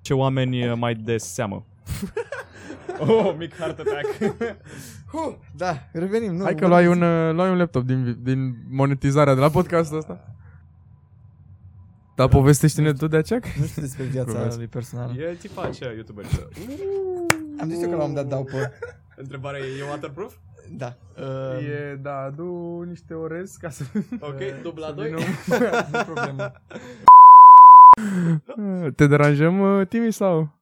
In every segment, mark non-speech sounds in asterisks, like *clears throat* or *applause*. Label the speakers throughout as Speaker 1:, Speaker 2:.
Speaker 1: ce oameni uh, mai de seamă. oh, mic heart attack.
Speaker 2: Huh, da, revenim. Nu,
Speaker 3: Hai că luai un, uh, luai un laptop din, vi- din monetizarea de la podcastul ăsta. Dar povestește-ne tu de aceea? că-
Speaker 2: Nu știu despre viața
Speaker 3: Glumesc.
Speaker 2: lui personală.
Speaker 1: e tipa aceea,
Speaker 2: *laughs*
Speaker 1: youtuberiță.
Speaker 2: Am zis eu că la un moment dat dau pe...
Speaker 1: *laughs* Întrebarea e, e waterproof?
Speaker 2: Da. Uh,
Speaker 3: E, da, du niște orez ca uh, să...
Speaker 1: Ok, dubla 2.
Speaker 2: Nu problemă.
Speaker 3: Te deranjăm, uh, Timi, sau?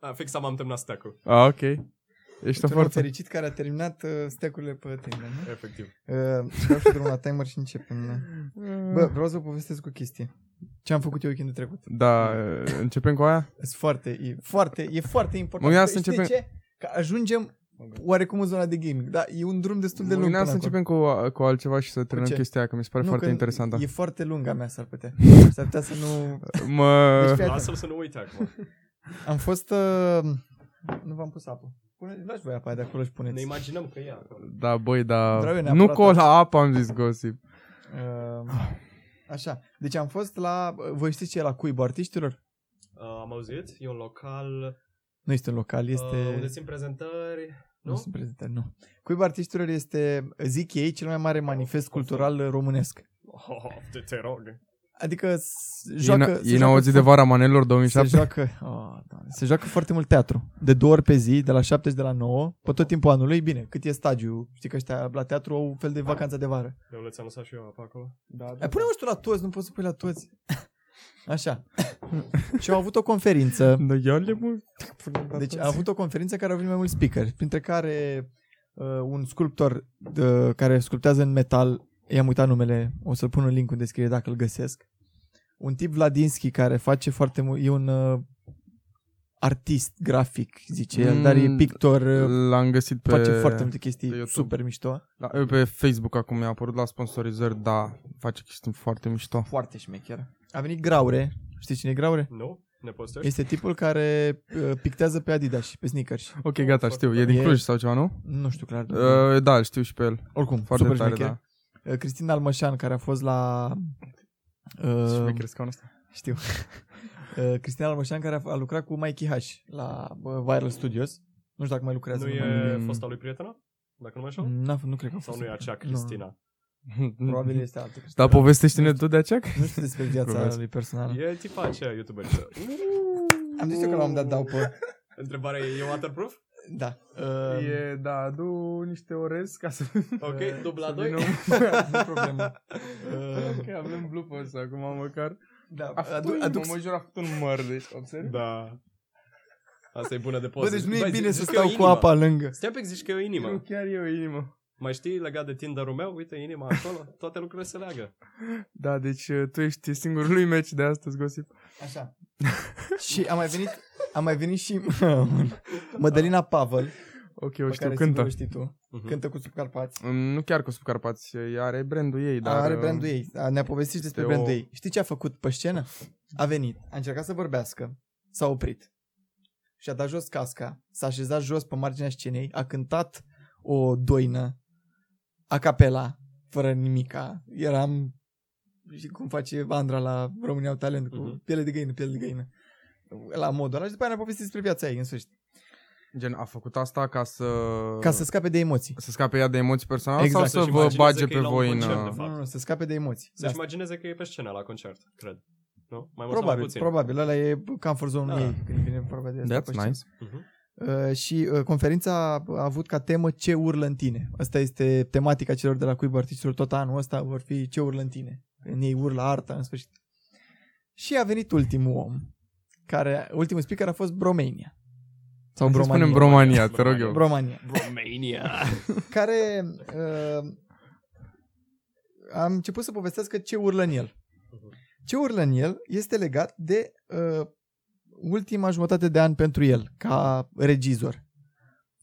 Speaker 1: Ah, fix am, am terminat stack-ul,
Speaker 3: Ah, ok. Ești
Speaker 2: Un om
Speaker 3: foarte...
Speaker 2: fericit care a terminat uh, stecurile pe timer, nu?
Speaker 1: efectiv.
Speaker 2: Uh, dau și drumul la timer și începem. da.
Speaker 3: Mm.
Speaker 2: Bă, vreau să vă povestesc o chestie. Ce am făcut eu weekendul trecut.
Speaker 3: Da, uh, începem cu aia?
Speaker 2: E foarte, e foarte, e foarte important.
Speaker 3: Mă gândeam
Speaker 2: Că
Speaker 3: să
Speaker 2: știi
Speaker 3: începem-
Speaker 2: ce? Că ajungem oarecum în zona de gaming. Da, e un drum destul de lung.
Speaker 3: Mâine
Speaker 2: până
Speaker 3: să
Speaker 2: acolo.
Speaker 3: începem cu, cu altceva și să terminăm
Speaker 2: ce?
Speaker 3: chestia aia, că mi se pare
Speaker 2: Nu,
Speaker 3: foarte da.
Speaker 2: că
Speaker 3: interesantă.
Speaker 2: E foarte lunga mea, s-ar putea. S-ar putea să nu...
Speaker 3: Mă...
Speaker 2: Deci, fii atent.
Speaker 1: Lasă-l să nu uite acum.
Speaker 2: Am fost... Uh, nu v-am pus apă. Pune, lași voi apa aia de acolo și
Speaker 1: Ne
Speaker 2: puneți. Uh,
Speaker 1: imaginăm că e acolo.
Speaker 3: Da, băi, da...
Speaker 2: Vreau eu neapărat
Speaker 3: nu cola apa, am zis Gossip.
Speaker 2: Uh, așa. Deci am fost la... Voi știți ce e la cuibul artiștilor?
Speaker 1: Uh, am auzit? E un local
Speaker 2: Nu este un local,
Speaker 1: este...
Speaker 2: este...
Speaker 1: uh, unde țin prezentări.
Speaker 2: Nu,
Speaker 1: Nu?
Speaker 2: nu sunt prezentări, nu. Cuiba Artiștilor este, zic ei, cel mai mare manifest cultural românesc.
Speaker 1: Oh, te, te rog.
Speaker 2: Adică s-
Speaker 3: Joacă,
Speaker 2: joacă,
Speaker 3: ei n-au auzit de vara manelor
Speaker 2: se
Speaker 3: 2007?
Speaker 2: joacă, oh, doamne, se joacă foarte mult teatru. De două ori pe zi, de la 7 și de la 9, pe tot timpul anului, bine, cât e stagiu. Știi că ăștia la teatru au un fel de vacanță de vară.
Speaker 1: Eu le-ți-am lăsat și eu apa acolo.
Speaker 3: Da,
Speaker 2: Ai pune tu la toți, nu poți să pui la toți. Așa. și au avut o
Speaker 3: *laughs*
Speaker 2: conferință.
Speaker 3: Da, ia le mă...
Speaker 2: Deci a avut o conferință care au venit mai mulți speaker, printre care uh, un sculptor de, care sculptează în metal, i-am uitat numele, o să-l pun în link în descriere dacă îl găsesc. Un tip Vladinski care face foarte mult, e un uh, artist grafic, zice el,
Speaker 3: Mm,
Speaker 2: dar e pictor, uh,
Speaker 3: L-am găsit pe...
Speaker 2: face foarte multe
Speaker 3: pe
Speaker 2: chestii
Speaker 3: YouTube.
Speaker 2: super mișto.
Speaker 3: Da, eu pe Facebook acum mi-a apărut la sponsorizări, da, face chestii foarte mișto.
Speaker 2: Foarte șmecher. A venit Graure, știi cine e Graure?
Speaker 1: Nu? Ne postești?
Speaker 2: Este tipul care uh, pictează pe Adidas și pe sneakers.
Speaker 3: Ok, gata, știu, e din
Speaker 2: E-
Speaker 3: Cluj sau ceva, nu?
Speaker 2: Nu știu clar. Uh,
Speaker 3: Uh, da, îl știu și pe el.
Speaker 2: Oricum,
Speaker 3: Foarte
Speaker 2: super
Speaker 3: tare,
Speaker 2: șmecher.
Speaker 3: da.
Speaker 2: Uh, Cristina Almășan, care a fost la... Uh,
Speaker 3: Șmecher scaunul *laughs* ăsta.
Speaker 2: știu. *laughs* Uh, Cristina Almășan, care a, f- a lucrat cu Mikey H la uh, Viral Studios. Nu știu dacă mai lucrează.
Speaker 1: Nu
Speaker 2: mai-
Speaker 1: e
Speaker 3: Mm.
Speaker 1: fosta lui prietena? Dacă nu mă înșel?
Speaker 2: N-a, f- nu cred că a
Speaker 1: Sau
Speaker 2: fost.
Speaker 1: nu e acea
Speaker 2: Nu.
Speaker 1: Cristina?
Speaker 2: Probabil este altă Cristina.
Speaker 3: Da, povestește-ne tu de aceea? că-
Speaker 2: Nu știu despre viața
Speaker 3: Glumesc.
Speaker 2: lui personală.
Speaker 1: E tipa aceea youtuberiță.
Speaker 2: Ah. Am zis eu că la un moment dat dau pe...
Speaker 1: Întrebarea e, e waterproof?
Speaker 2: Da. Uh,
Speaker 3: *laughs* E, da, du niște orez ca să...
Speaker 1: Ok, dubla 2.
Speaker 2: Nu problemă.
Speaker 4: *laughs*
Speaker 2: Uh,
Speaker 3: *laughs* Ok, avem blupă ăsta acum măcar.
Speaker 2: da,
Speaker 3: A făcut,
Speaker 2: adu- aduc,
Speaker 3: mă, mă jur, a făcut un măr, deci, observi?
Speaker 1: Da. Asta e bună de
Speaker 2: Bă,
Speaker 1: poză.
Speaker 2: deci nu e bine
Speaker 1: zici
Speaker 2: să
Speaker 1: că e o
Speaker 2: stau cu
Speaker 1: inimă.
Speaker 2: apa lângă.
Speaker 1: Stai un pic, zici că e o
Speaker 3: Eu
Speaker 1: inimă.
Speaker 3: chiar eu inimă.
Speaker 1: Mai știi legat de Tinder-ul meu? Uite, inima acolo. Toate lucrurile se leagă.
Speaker 3: Da, deci uh, tu ești singurul lui meci de astăzi, Gosip.
Speaker 2: Așa. *laughs* și a mai venit, a mai venit și *laughs* Mădălina Pavel,
Speaker 3: Ok, eu
Speaker 2: pe
Speaker 3: știu,
Speaker 2: care
Speaker 3: cântă.
Speaker 2: sigur o știi tu.
Speaker 1: Când...
Speaker 2: Cântă cu subcarpați.
Speaker 3: Mm, Nu chiar cu subcarpați, ea are brandul ei, dar...
Speaker 2: Dar, are
Speaker 3: uh,
Speaker 2: brandul ei. A, Ne-a povestit și despre
Speaker 3: este
Speaker 2: brandul
Speaker 3: o-
Speaker 2: ei. Știi ce a făcut pe scenă? A venit, a încercat să vorbească, s-a oprit și a dat jos casca, s-a așezat jos pe marginea scenei, a cântat o doină, a capela, fără nimica. Eram și cum face Andra la România au talent cu
Speaker 1: Mhm.
Speaker 2: piele de găină, piele de găină. La modul ăla și după aia ne-a povestit despre viața ei în sfârșit.
Speaker 3: Gen, a făcut asta ca să...
Speaker 2: Ca să scape de emoții.
Speaker 3: să scape ea de emoții personale
Speaker 2: Exact.
Speaker 3: sau să
Speaker 1: Să-și
Speaker 3: vă
Speaker 1: imagineze
Speaker 3: bage
Speaker 1: Deci că
Speaker 3: pe
Speaker 1: e la un
Speaker 3: voi în...
Speaker 1: concert, de
Speaker 3: uh,
Speaker 1: fapt.
Speaker 2: Nu, nu, nu, să scape de emoții.
Speaker 1: Să-și
Speaker 2: Da,
Speaker 1: Deci imagineze că e pe scenă la concert, cred. Nu? Mai mult sau mai
Speaker 2: probabil,
Speaker 1: puțin.
Speaker 2: probabil. Ăla e comfort zone-ul
Speaker 1: Da.
Speaker 2: ei când vine vorba de asta.
Speaker 3: That's
Speaker 2: pe scenă.
Speaker 3: nice.
Speaker 1: Mhm.
Speaker 2: Uh, și uh, conferința a avut ca temă ce urlă în tine. Asta este tematica celor de la Cuib Artiștilor tot anul ăsta vor fi ce urlă în tine. În ei urlă arta în sfârșit. Și a venit ultimul om, care ultimul speaker a fost Bromania. Sau
Speaker 3: Hai să
Speaker 2: Bromania.
Speaker 3: spunem Bromania, te rog eu.
Speaker 2: Bromania.
Speaker 1: Romania.
Speaker 2: Care uh, a început să povestească ce urlă în el. Ce urlă în el este legat de uh, ultima jumătate de an pentru el, ca regizor.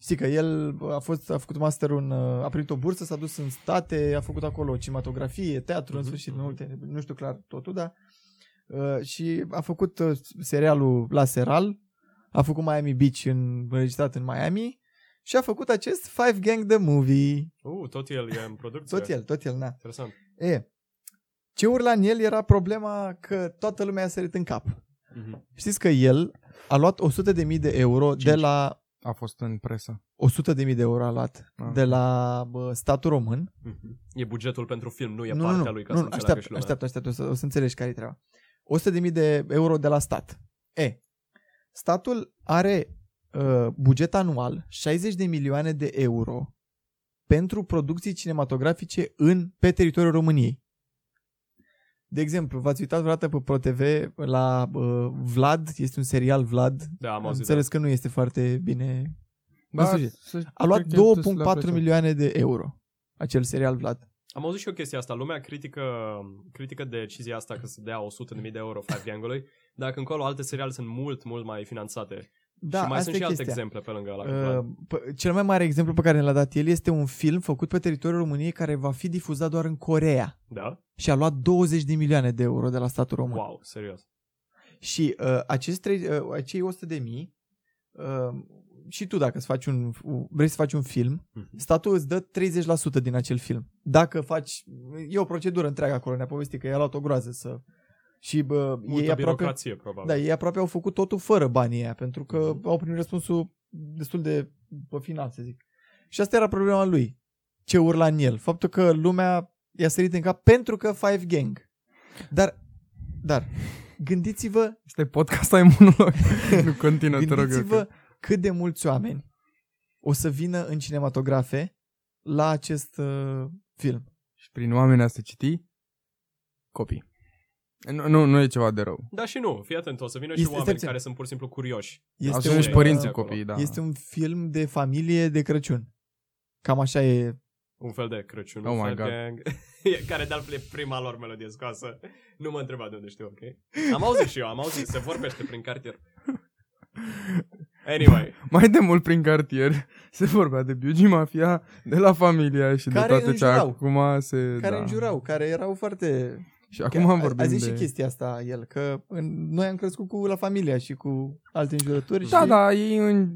Speaker 2: Știi că el a, fost, a făcut master în, uh, a primit o bursă, s-a dus în state, a făcut acolo cinematografie, teatru, în
Speaker 1: Mhm,
Speaker 2: sfârșit,
Speaker 1: mhm.
Speaker 2: multe, nu știu clar totul, dar uh, și a făcut uh, serialul La Seral, a făcut Miami Beach în, înregistrat în Miami și a făcut acest Five Gang The Movie.
Speaker 1: Uh, tot el e în producție.
Speaker 2: Tot el, tot el, na.
Speaker 1: Interesant.
Speaker 2: E, ce urla în el era problema că toată lumea i-a sărit în cap.
Speaker 1: Mhm.
Speaker 2: Știți că el a luat 100.000 de euro de
Speaker 1: Cinci.
Speaker 2: la
Speaker 3: A fost în presă.
Speaker 2: 100.000 de euro a luat
Speaker 3: Ah.
Speaker 2: de la bă, statul român.
Speaker 1: Mhm.
Speaker 4: E bugetul pentru film, nu e
Speaker 2: nu, nu,
Speaker 4: partea
Speaker 2: nu,
Speaker 4: lui ca
Speaker 2: nu,
Speaker 4: să
Speaker 2: nu,
Speaker 4: înțeleagă și
Speaker 2: așteaptă,
Speaker 4: lumea.
Speaker 2: așteaptă, așteaptă, o să, o să înțelegi care e treaba. 100.000 de euro de la stat. E, statul are uh, buget anual 60 de milioane de euro pentru producții cinematografice în, pe teritoriul României. De exemplu, v-ați uitat vreodată pe ProTV la uh, Vlad, este un serial Vlad,
Speaker 4: Da, am
Speaker 2: am
Speaker 4: auzit.
Speaker 2: înțeles că nu este foarte bine În sfârșit.
Speaker 3: să-
Speaker 2: A luat
Speaker 3: cred că trebuie să le
Speaker 2: 2.4
Speaker 3: apreciem.
Speaker 2: milioane de euro acel serial Vlad.
Speaker 4: da. Am auzit și eu chestia asta. Lumea critică, critică decizia asta că se dea 100.000 de euro Five Gang-ului, dar că încolo alte seriale sunt mult, mult mai finanțate.
Speaker 2: Da,
Speaker 4: și mai
Speaker 2: asta
Speaker 4: sunt și
Speaker 2: e
Speaker 4: alte
Speaker 2: chestia.
Speaker 4: exemple pe lângă la
Speaker 2: Uh, p- cel mai mare exemplu pe care ne l-a dat el este un film făcut pe teritoriul României care va fi difuzat doar în Corea
Speaker 4: Da?
Speaker 2: și a luat 20 de milioane de euro de la statul român.
Speaker 4: Wow, serios.
Speaker 2: Și uh, acest trei, uh, acei 100 de mii, uh, și tu dacă îți faci un, vrei să faci un film,
Speaker 4: Mhm.
Speaker 2: statul îți dă 30% din acel film. Dacă faci, e o procedură întreagă acolo, ne-a povestit că i-a luat o groază să... Și bă,
Speaker 4: Multă
Speaker 2: ei aproape
Speaker 4: birocrație, probabil.
Speaker 2: Da, ei aproape au făcut totul fără banii aia, pentru că
Speaker 4: Mhm.
Speaker 2: au primit răspunsul destul de pe final, să zic. Și asta era problema lui. Ce urla în el. Faptul că lumea i-a sărit în cap pentru că Five Gang. Dar, dar,
Speaker 3: *laughs*
Speaker 2: gândiți-vă,
Speaker 3: Este podcast, ai
Speaker 2: *laughs*
Speaker 3: monolog. nu continuă, te rog. eu
Speaker 2: gândiți-vă
Speaker 3: că-
Speaker 2: cât de mulți oameni o să vină în cinematografe la acest uh, film.
Speaker 3: Și prin oameni asta citi copii. Nu, nu, nu e ceva de rău.
Speaker 4: Da și nu, fii atent, o să vină și
Speaker 2: Este-
Speaker 4: oameni
Speaker 2: stai puțin.
Speaker 4: care sunt pur și simplu curioși.
Speaker 2: Este
Speaker 3: Ajung
Speaker 4: un-
Speaker 3: și părinții
Speaker 4: acolo.
Speaker 3: copiii, da.
Speaker 2: Este un film de familie de Crăciun. Cam așa e.
Speaker 4: Un fel de Crăciun,
Speaker 3: Oh
Speaker 4: un
Speaker 3: my
Speaker 4: fel
Speaker 3: God.
Speaker 4: gang, care de altfel *laughs* e prima lor melodie scoasă. Nu mă întreba de unde știu, ok? Am auzit și eu, am auzit, se vorbește prin cartier. Anyway,
Speaker 3: Mai de mult prin cartier *laughs* se vorbea de Biugi Mafia, de la familia și
Speaker 2: Care
Speaker 3: de toate ce
Speaker 2: înjurau.
Speaker 3: acum se...
Speaker 2: Care
Speaker 3: da.
Speaker 2: înjurau, care erau foarte
Speaker 3: Și acum am vorbit
Speaker 2: a, a zis
Speaker 3: de...
Speaker 2: și chestia asta el, că în, noi am crescut cu la familia și cu alte înjurături
Speaker 3: Da,
Speaker 2: și
Speaker 3: da, ei în,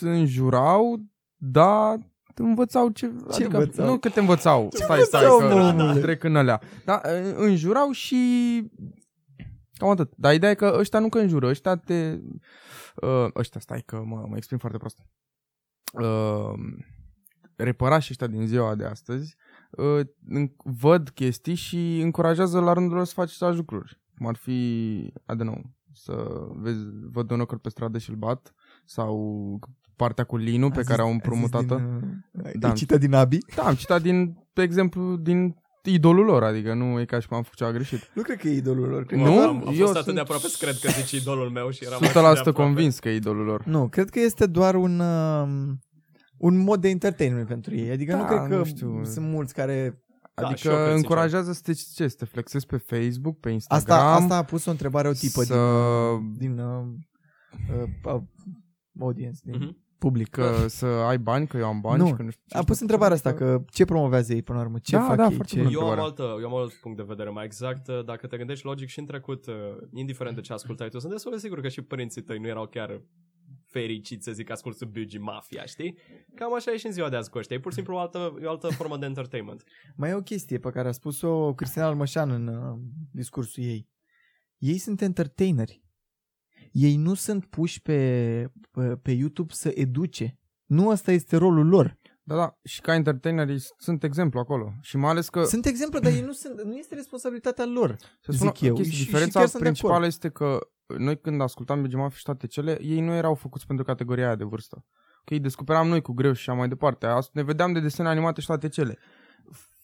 Speaker 3: înjurau, dar învățau ce... adică
Speaker 2: Ce învățau?
Speaker 3: Nu că te învățau. Ce stai,
Speaker 2: învățau,
Speaker 3: stai,
Speaker 2: mă,
Speaker 3: că
Speaker 2: omule?
Speaker 3: trec în alea. Da, în- înjurau și... Cam atât. Dar ideea e că ăștia nu că înjură, ăștia te... Uh, ăștia, stai că mă, mă exprim foarte prost. Uh, repărași ăștia din ziua de astăzi uh, în- văd chestii și încurajează la rândul lor să faci să faci lucruri. Cum ar fi, I don't know, să vezi, văd un ocăr pe stradă și îl bat sau partea cu Linu pe care au împrumutat-o. Da.
Speaker 2: Da. Cită din Abi.
Speaker 3: Da, am citat din, pe exemplu, din idolul lor, adică nu e ca și cum am făcut ceva greșit.
Speaker 2: Nu cred că e idolul lor. Cred
Speaker 3: Nu?
Speaker 2: Că
Speaker 4: am, am fost
Speaker 3: eu
Speaker 4: atât
Speaker 3: sunt
Speaker 4: de aproape să cred că zici idolul meu și eram atât de
Speaker 3: 100%
Speaker 4: aproape.
Speaker 3: convins că e idolul lor.
Speaker 2: nu, cred că este doar un, um, un mod de entertainment pentru ei. Adică nu
Speaker 3: Da,
Speaker 2: cred că
Speaker 3: nu știu.
Speaker 2: sunt mulți care...
Speaker 4: Da, și
Speaker 3: Adică
Speaker 4: eu cred,
Speaker 3: da,
Speaker 4: sincer.
Speaker 3: încurajează să te, ce, să te flexezi pe Facebook, pe
Speaker 2: Asta,
Speaker 3: Instagram,
Speaker 2: asta a pus o întrebare o tipă
Speaker 3: să...
Speaker 2: din, din uh, uh, uh, audience, din
Speaker 4: Mhm.
Speaker 2: public.
Speaker 3: că să ai bani, că eu am bani
Speaker 2: Nu.
Speaker 3: și că nu știu ce.
Speaker 2: a pus întrebarea asta, că ce promovează ei până la urmă? Ce
Speaker 3: Da,
Speaker 2: fac
Speaker 3: da,
Speaker 2: ei?
Speaker 3: foarte
Speaker 2: ce...
Speaker 3: bună.
Speaker 4: Eu am,
Speaker 3: întrebarea.
Speaker 4: altă, eu am alt punct de vedere mai exact. uh, Dacă te gândești logic și în trecut, uh, indiferent de ce ascultai tu, sunt destul de sigur că și părinții tăi nu erau chiar fericiți, să zic, ascultă Bugi Mafia, știi? Cam așa e și în ziua de azi cu ăștia. E pur și simplu o altă, e o altă formă de entertainment.
Speaker 2: Mai e o chestie pe care a spus-o Cristina Almășan în uh, discursul ei. Ei sunt entertaineri. Ei nu sunt puși pe, pe, pe YouTube să educe. Nu asta este rolul lor.
Speaker 3: Da, da, și ca entertaineri sunt exemplu acolo. Și mai ales că
Speaker 2: Sunt exemple, dar ei nu, sunt, nu este responsabilitatea lor.
Speaker 3: să spun
Speaker 2: zic eu,
Speaker 3: o chestie,
Speaker 2: și- și
Speaker 3: diferența
Speaker 2: chiar sunt de acord.
Speaker 3: principală este că noi când ascultam BG Mafia și toate cele, ei nu erau făcuți pentru categoria aia de vârstă. Că îi descoperam noi cu greu și așa mai departe. As- Ne vedeam de desene animate și toate cele.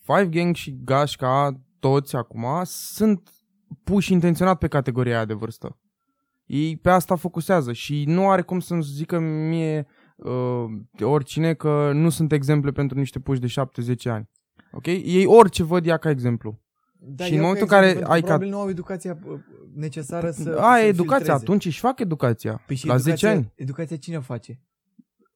Speaker 3: Five Gang și Gașca, toți acum, sunt puși intenționat pe categoria aia de vârstă. Ei pe asta focusează și nu are cum să-mi zică mie uh, oricine că nu sunt exemple pentru niște puși de 7-10 ani. Ok? Ei orice văd ia ca exemplu.
Speaker 2: Da,
Speaker 3: Și
Speaker 2: eu
Speaker 3: în momentul
Speaker 2: ca exemplu,
Speaker 3: care
Speaker 2: pentru
Speaker 3: ai ca- Păi,
Speaker 2: Probabil nu au educația uh, necesară să...
Speaker 3: A,
Speaker 2: să
Speaker 3: Da, educația,
Speaker 2: filtreze.
Speaker 3: atunci își fac educația.
Speaker 2: Păi și
Speaker 3: la 10
Speaker 2: educația-
Speaker 3: ani.
Speaker 2: Educația cine o face?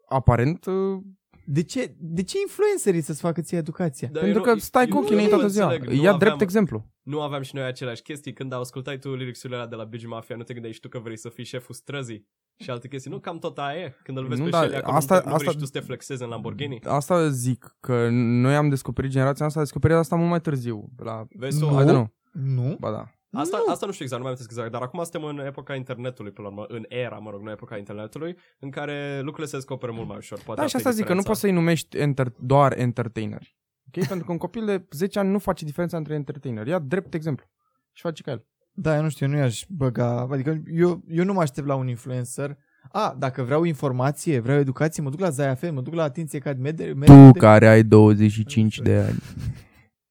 Speaker 3: Aparent, uh,
Speaker 2: De ce, de ce influencerii să-ți facă ție educația?
Speaker 4: Dar
Speaker 3: pentru
Speaker 4: eu
Speaker 3: că
Speaker 4: nu-
Speaker 3: stai cu
Speaker 4: eu
Speaker 3: ochii în
Speaker 4: nu
Speaker 3: ei toată ziua.
Speaker 4: înțeleg, nu
Speaker 3: Ia drept
Speaker 4: aveam-
Speaker 3: exemplu.
Speaker 4: Nu aveam și noi aceleași chestii. Când ascultai tu liricsurile alea de la Bugi Mafia, nu te gândeai și tu că vrei să fii șeful străzii și alte chestii. Nu, cam tot aia e. Când îl vezi
Speaker 3: Nu,
Speaker 4: pe
Speaker 3: dar
Speaker 4: Shelley acolo,
Speaker 3: asta-
Speaker 4: asta, nu vrei
Speaker 3: asta-
Speaker 4: și tu să te flexezi în Lamborghini.
Speaker 3: Asta zic, că noi am descoperit generația asta, a descoperit asta mult mai târziu. La,
Speaker 4: Vezi
Speaker 2: Nu.
Speaker 4: tu? da,
Speaker 3: I don't know.
Speaker 2: Nu?
Speaker 3: Ba da.
Speaker 4: Asta
Speaker 2: Nu.
Speaker 4: nu. asta nu știu exact, nu mai amintesc exact, dar acum suntem în epoca internetului, până la urmă, în era, mă rog, nu epoca internetului, în care lucrurile se descoperă mult mai ușor. Poate
Speaker 3: Da, și asta zic, că nu poți să-i numești enter- doar entertaineri. Ok? *laughs* Pentru că un copil de 10 ani nu face diferența între entertaineri. Ia drept exemplu. Și face ca el.
Speaker 2: Da, eu nu știu, nu i-aș băga... Adică eu, eu nu mă aștept la un influencer. A, dacă vreau informație, vreau educație, mă duc la Zaia FM, mă duc la Atenție Cad Mede- Mede-
Speaker 3: care ai 25
Speaker 2: de
Speaker 3: ani.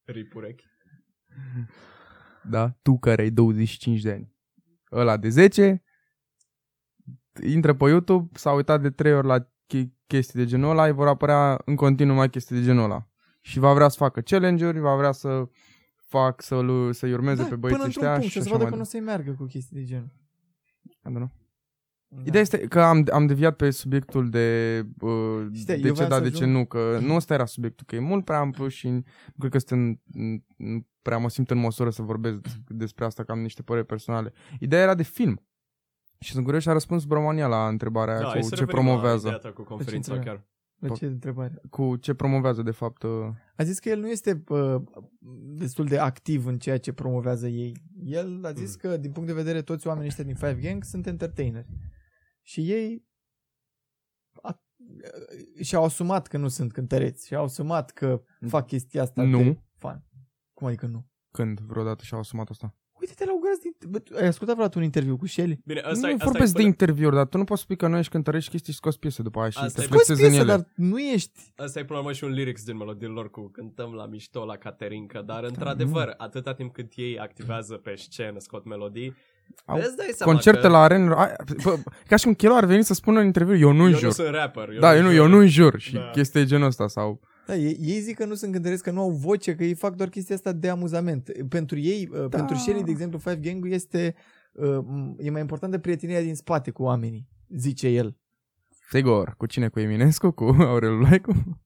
Speaker 4: Ripurechi.
Speaker 3: Da? Tu care ai 25 de ani. Ăla de 10 intră pe YouTube, s-a uitat de 3 ori la ch- chestii de genul ăla, îi vor apărea în continuu mai chestii de genul ăla. Și va vrea să facă challenge-uri, va vrea să fac să l- să-i urmeze
Speaker 2: da,
Speaker 3: pe
Speaker 2: până
Speaker 3: băieții
Speaker 2: într-un
Speaker 3: ăștia
Speaker 2: punct,
Speaker 3: și
Speaker 2: și să
Speaker 3: așa
Speaker 2: vadă
Speaker 3: mai
Speaker 2: că nu o
Speaker 3: departe.
Speaker 2: să-i meargă cu chestii de genul.
Speaker 3: I don't know.
Speaker 2: Da.
Speaker 3: Ideea este că am, am deviat pe subiectul de uh,
Speaker 2: Știi, eu
Speaker 3: de
Speaker 2: voiam
Speaker 3: ce da,
Speaker 2: să
Speaker 3: de ce
Speaker 2: ajung-
Speaker 3: nu, că nu ăsta era subiectul, că e mult prea amplu și nu cred că sunt, nu- nu prea mă simt în măsură să vorbesc despre asta, că am niște păreri personale. Ideea era de film. Și sunt curios și a răspuns Bromania la întrebarea
Speaker 4: Da,
Speaker 3: da,
Speaker 4: hai
Speaker 3: cu
Speaker 4: să
Speaker 3: ce
Speaker 4: revenim la ideea
Speaker 3: promovează.
Speaker 4: ta cu conferința
Speaker 3: Deci,
Speaker 2: întrebare?
Speaker 3: da.
Speaker 4: chiar.
Speaker 2: La ce întrebare?
Speaker 3: Cu ce promovează, de fapt. uh,
Speaker 2: A zis că el nu este uh, destul de activ în ceea ce promovează ei. El a zis
Speaker 4: Mm.
Speaker 2: că, din punct de vedere, toți oamenii ăștia din Five Gang sunt entertaineri. Și ei a, și-au asumat că nu sunt cântăreți. Și-au asumat că fac chestia asta de
Speaker 3: Nu.
Speaker 2: fan. Cum adică nu?
Speaker 3: Când vreodată și-au asumat asta.
Speaker 2: Uite-te la o groază din... Bă, tu ai ascultat vreodată un interviu cu Shelly?
Speaker 4: Bine,
Speaker 3: Asta
Speaker 4: asta
Speaker 3: nu
Speaker 4: e,
Speaker 3: e,
Speaker 4: asta
Speaker 3: vorbesc
Speaker 4: e
Speaker 3: de
Speaker 4: până,
Speaker 3: interviuri, dar tu nu poți spui că nu ești cântărești chestii și scoți piese după aia și
Speaker 4: Asta
Speaker 3: te
Speaker 4: e-
Speaker 2: Scoți
Speaker 3: flexezi în
Speaker 2: piesă,
Speaker 3: ele.
Speaker 2: dar nu ești...
Speaker 4: asta e până la urmă și un lyrics din melodiilor lor cu cântăm la mișto, la Caterinca, dar într-adevăr, atâta timp cât ei activează pe scenă, scot melodii,
Speaker 3: Au
Speaker 4: îți dai seama
Speaker 3: Concerte
Speaker 4: că
Speaker 3: la arenă. ai- Bă, ca și cum Chelo ar veni să spună în interviu, eu nu
Speaker 4: eu nu
Speaker 3: înjur.
Speaker 4: sunt rapper. Eu
Speaker 3: Da, eu nu, eu nu înjur și da.
Speaker 4: Da.
Speaker 3: chestii de genul ăsta sau...
Speaker 2: Da, ei, ei zic că nu sunt cântăreți, că nu au voce, că ei fac doar chestia asta de amuzament. Pentru ei, da. pentru Shelly, de exemplu, Five Gang este... uh, m- E mai importantă prietenia din spate cu oamenii, zice el.
Speaker 3: Sigur, cu cine? Cu Eminescu? Cu *laughs*
Speaker 4: *laughs*
Speaker 3: Aurel Luaicu?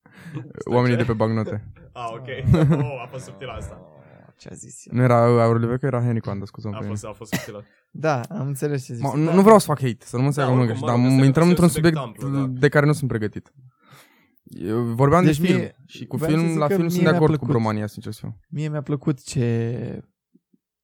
Speaker 3: Oamenii de pe bagnote.
Speaker 4: Ah,
Speaker 3: *laughs*
Speaker 4: ok. Oh, a fost subtil asta.
Speaker 2: Ce a Oh, zis el?
Speaker 3: Nu era Aurel Luaicu, era Henry Coanda, scuză
Speaker 4: A
Speaker 3: pe mine.
Speaker 4: fost, a fost subtil asta.
Speaker 2: Da, am înțeles ce zici.
Speaker 3: Mă,
Speaker 2: da.
Speaker 3: nu, nu vreau să fac hate, să nu mă înțeleagă
Speaker 4: Da,
Speaker 3: lumea
Speaker 4: oricum,
Speaker 3: greșit,
Speaker 4: mă
Speaker 3: dar
Speaker 4: rog,
Speaker 3: mă
Speaker 4: este-
Speaker 3: intrăm
Speaker 4: este
Speaker 3: într-un
Speaker 4: un subiect
Speaker 3: subiect
Speaker 4: amplu, da.
Speaker 3: de care nu sunt pregătit. Eu vorbeam
Speaker 2: Deci
Speaker 3: de film
Speaker 2: mie-
Speaker 3: și cu
Speaker 2: vreau să
Speaker 3: film,
Speaker 2: zic
Speaker 3: la
Speaker 2: că
Speaker 3: film
Speaker 2: mie
Speaker 3: sunt de
Speaker 2: mi-a
Speaker 3: acord cu
Speaker 2: plăcut.
Speaker 3: Bromania, sincer să fiu.
Speaker 2: Mie mi-a plăcut ce...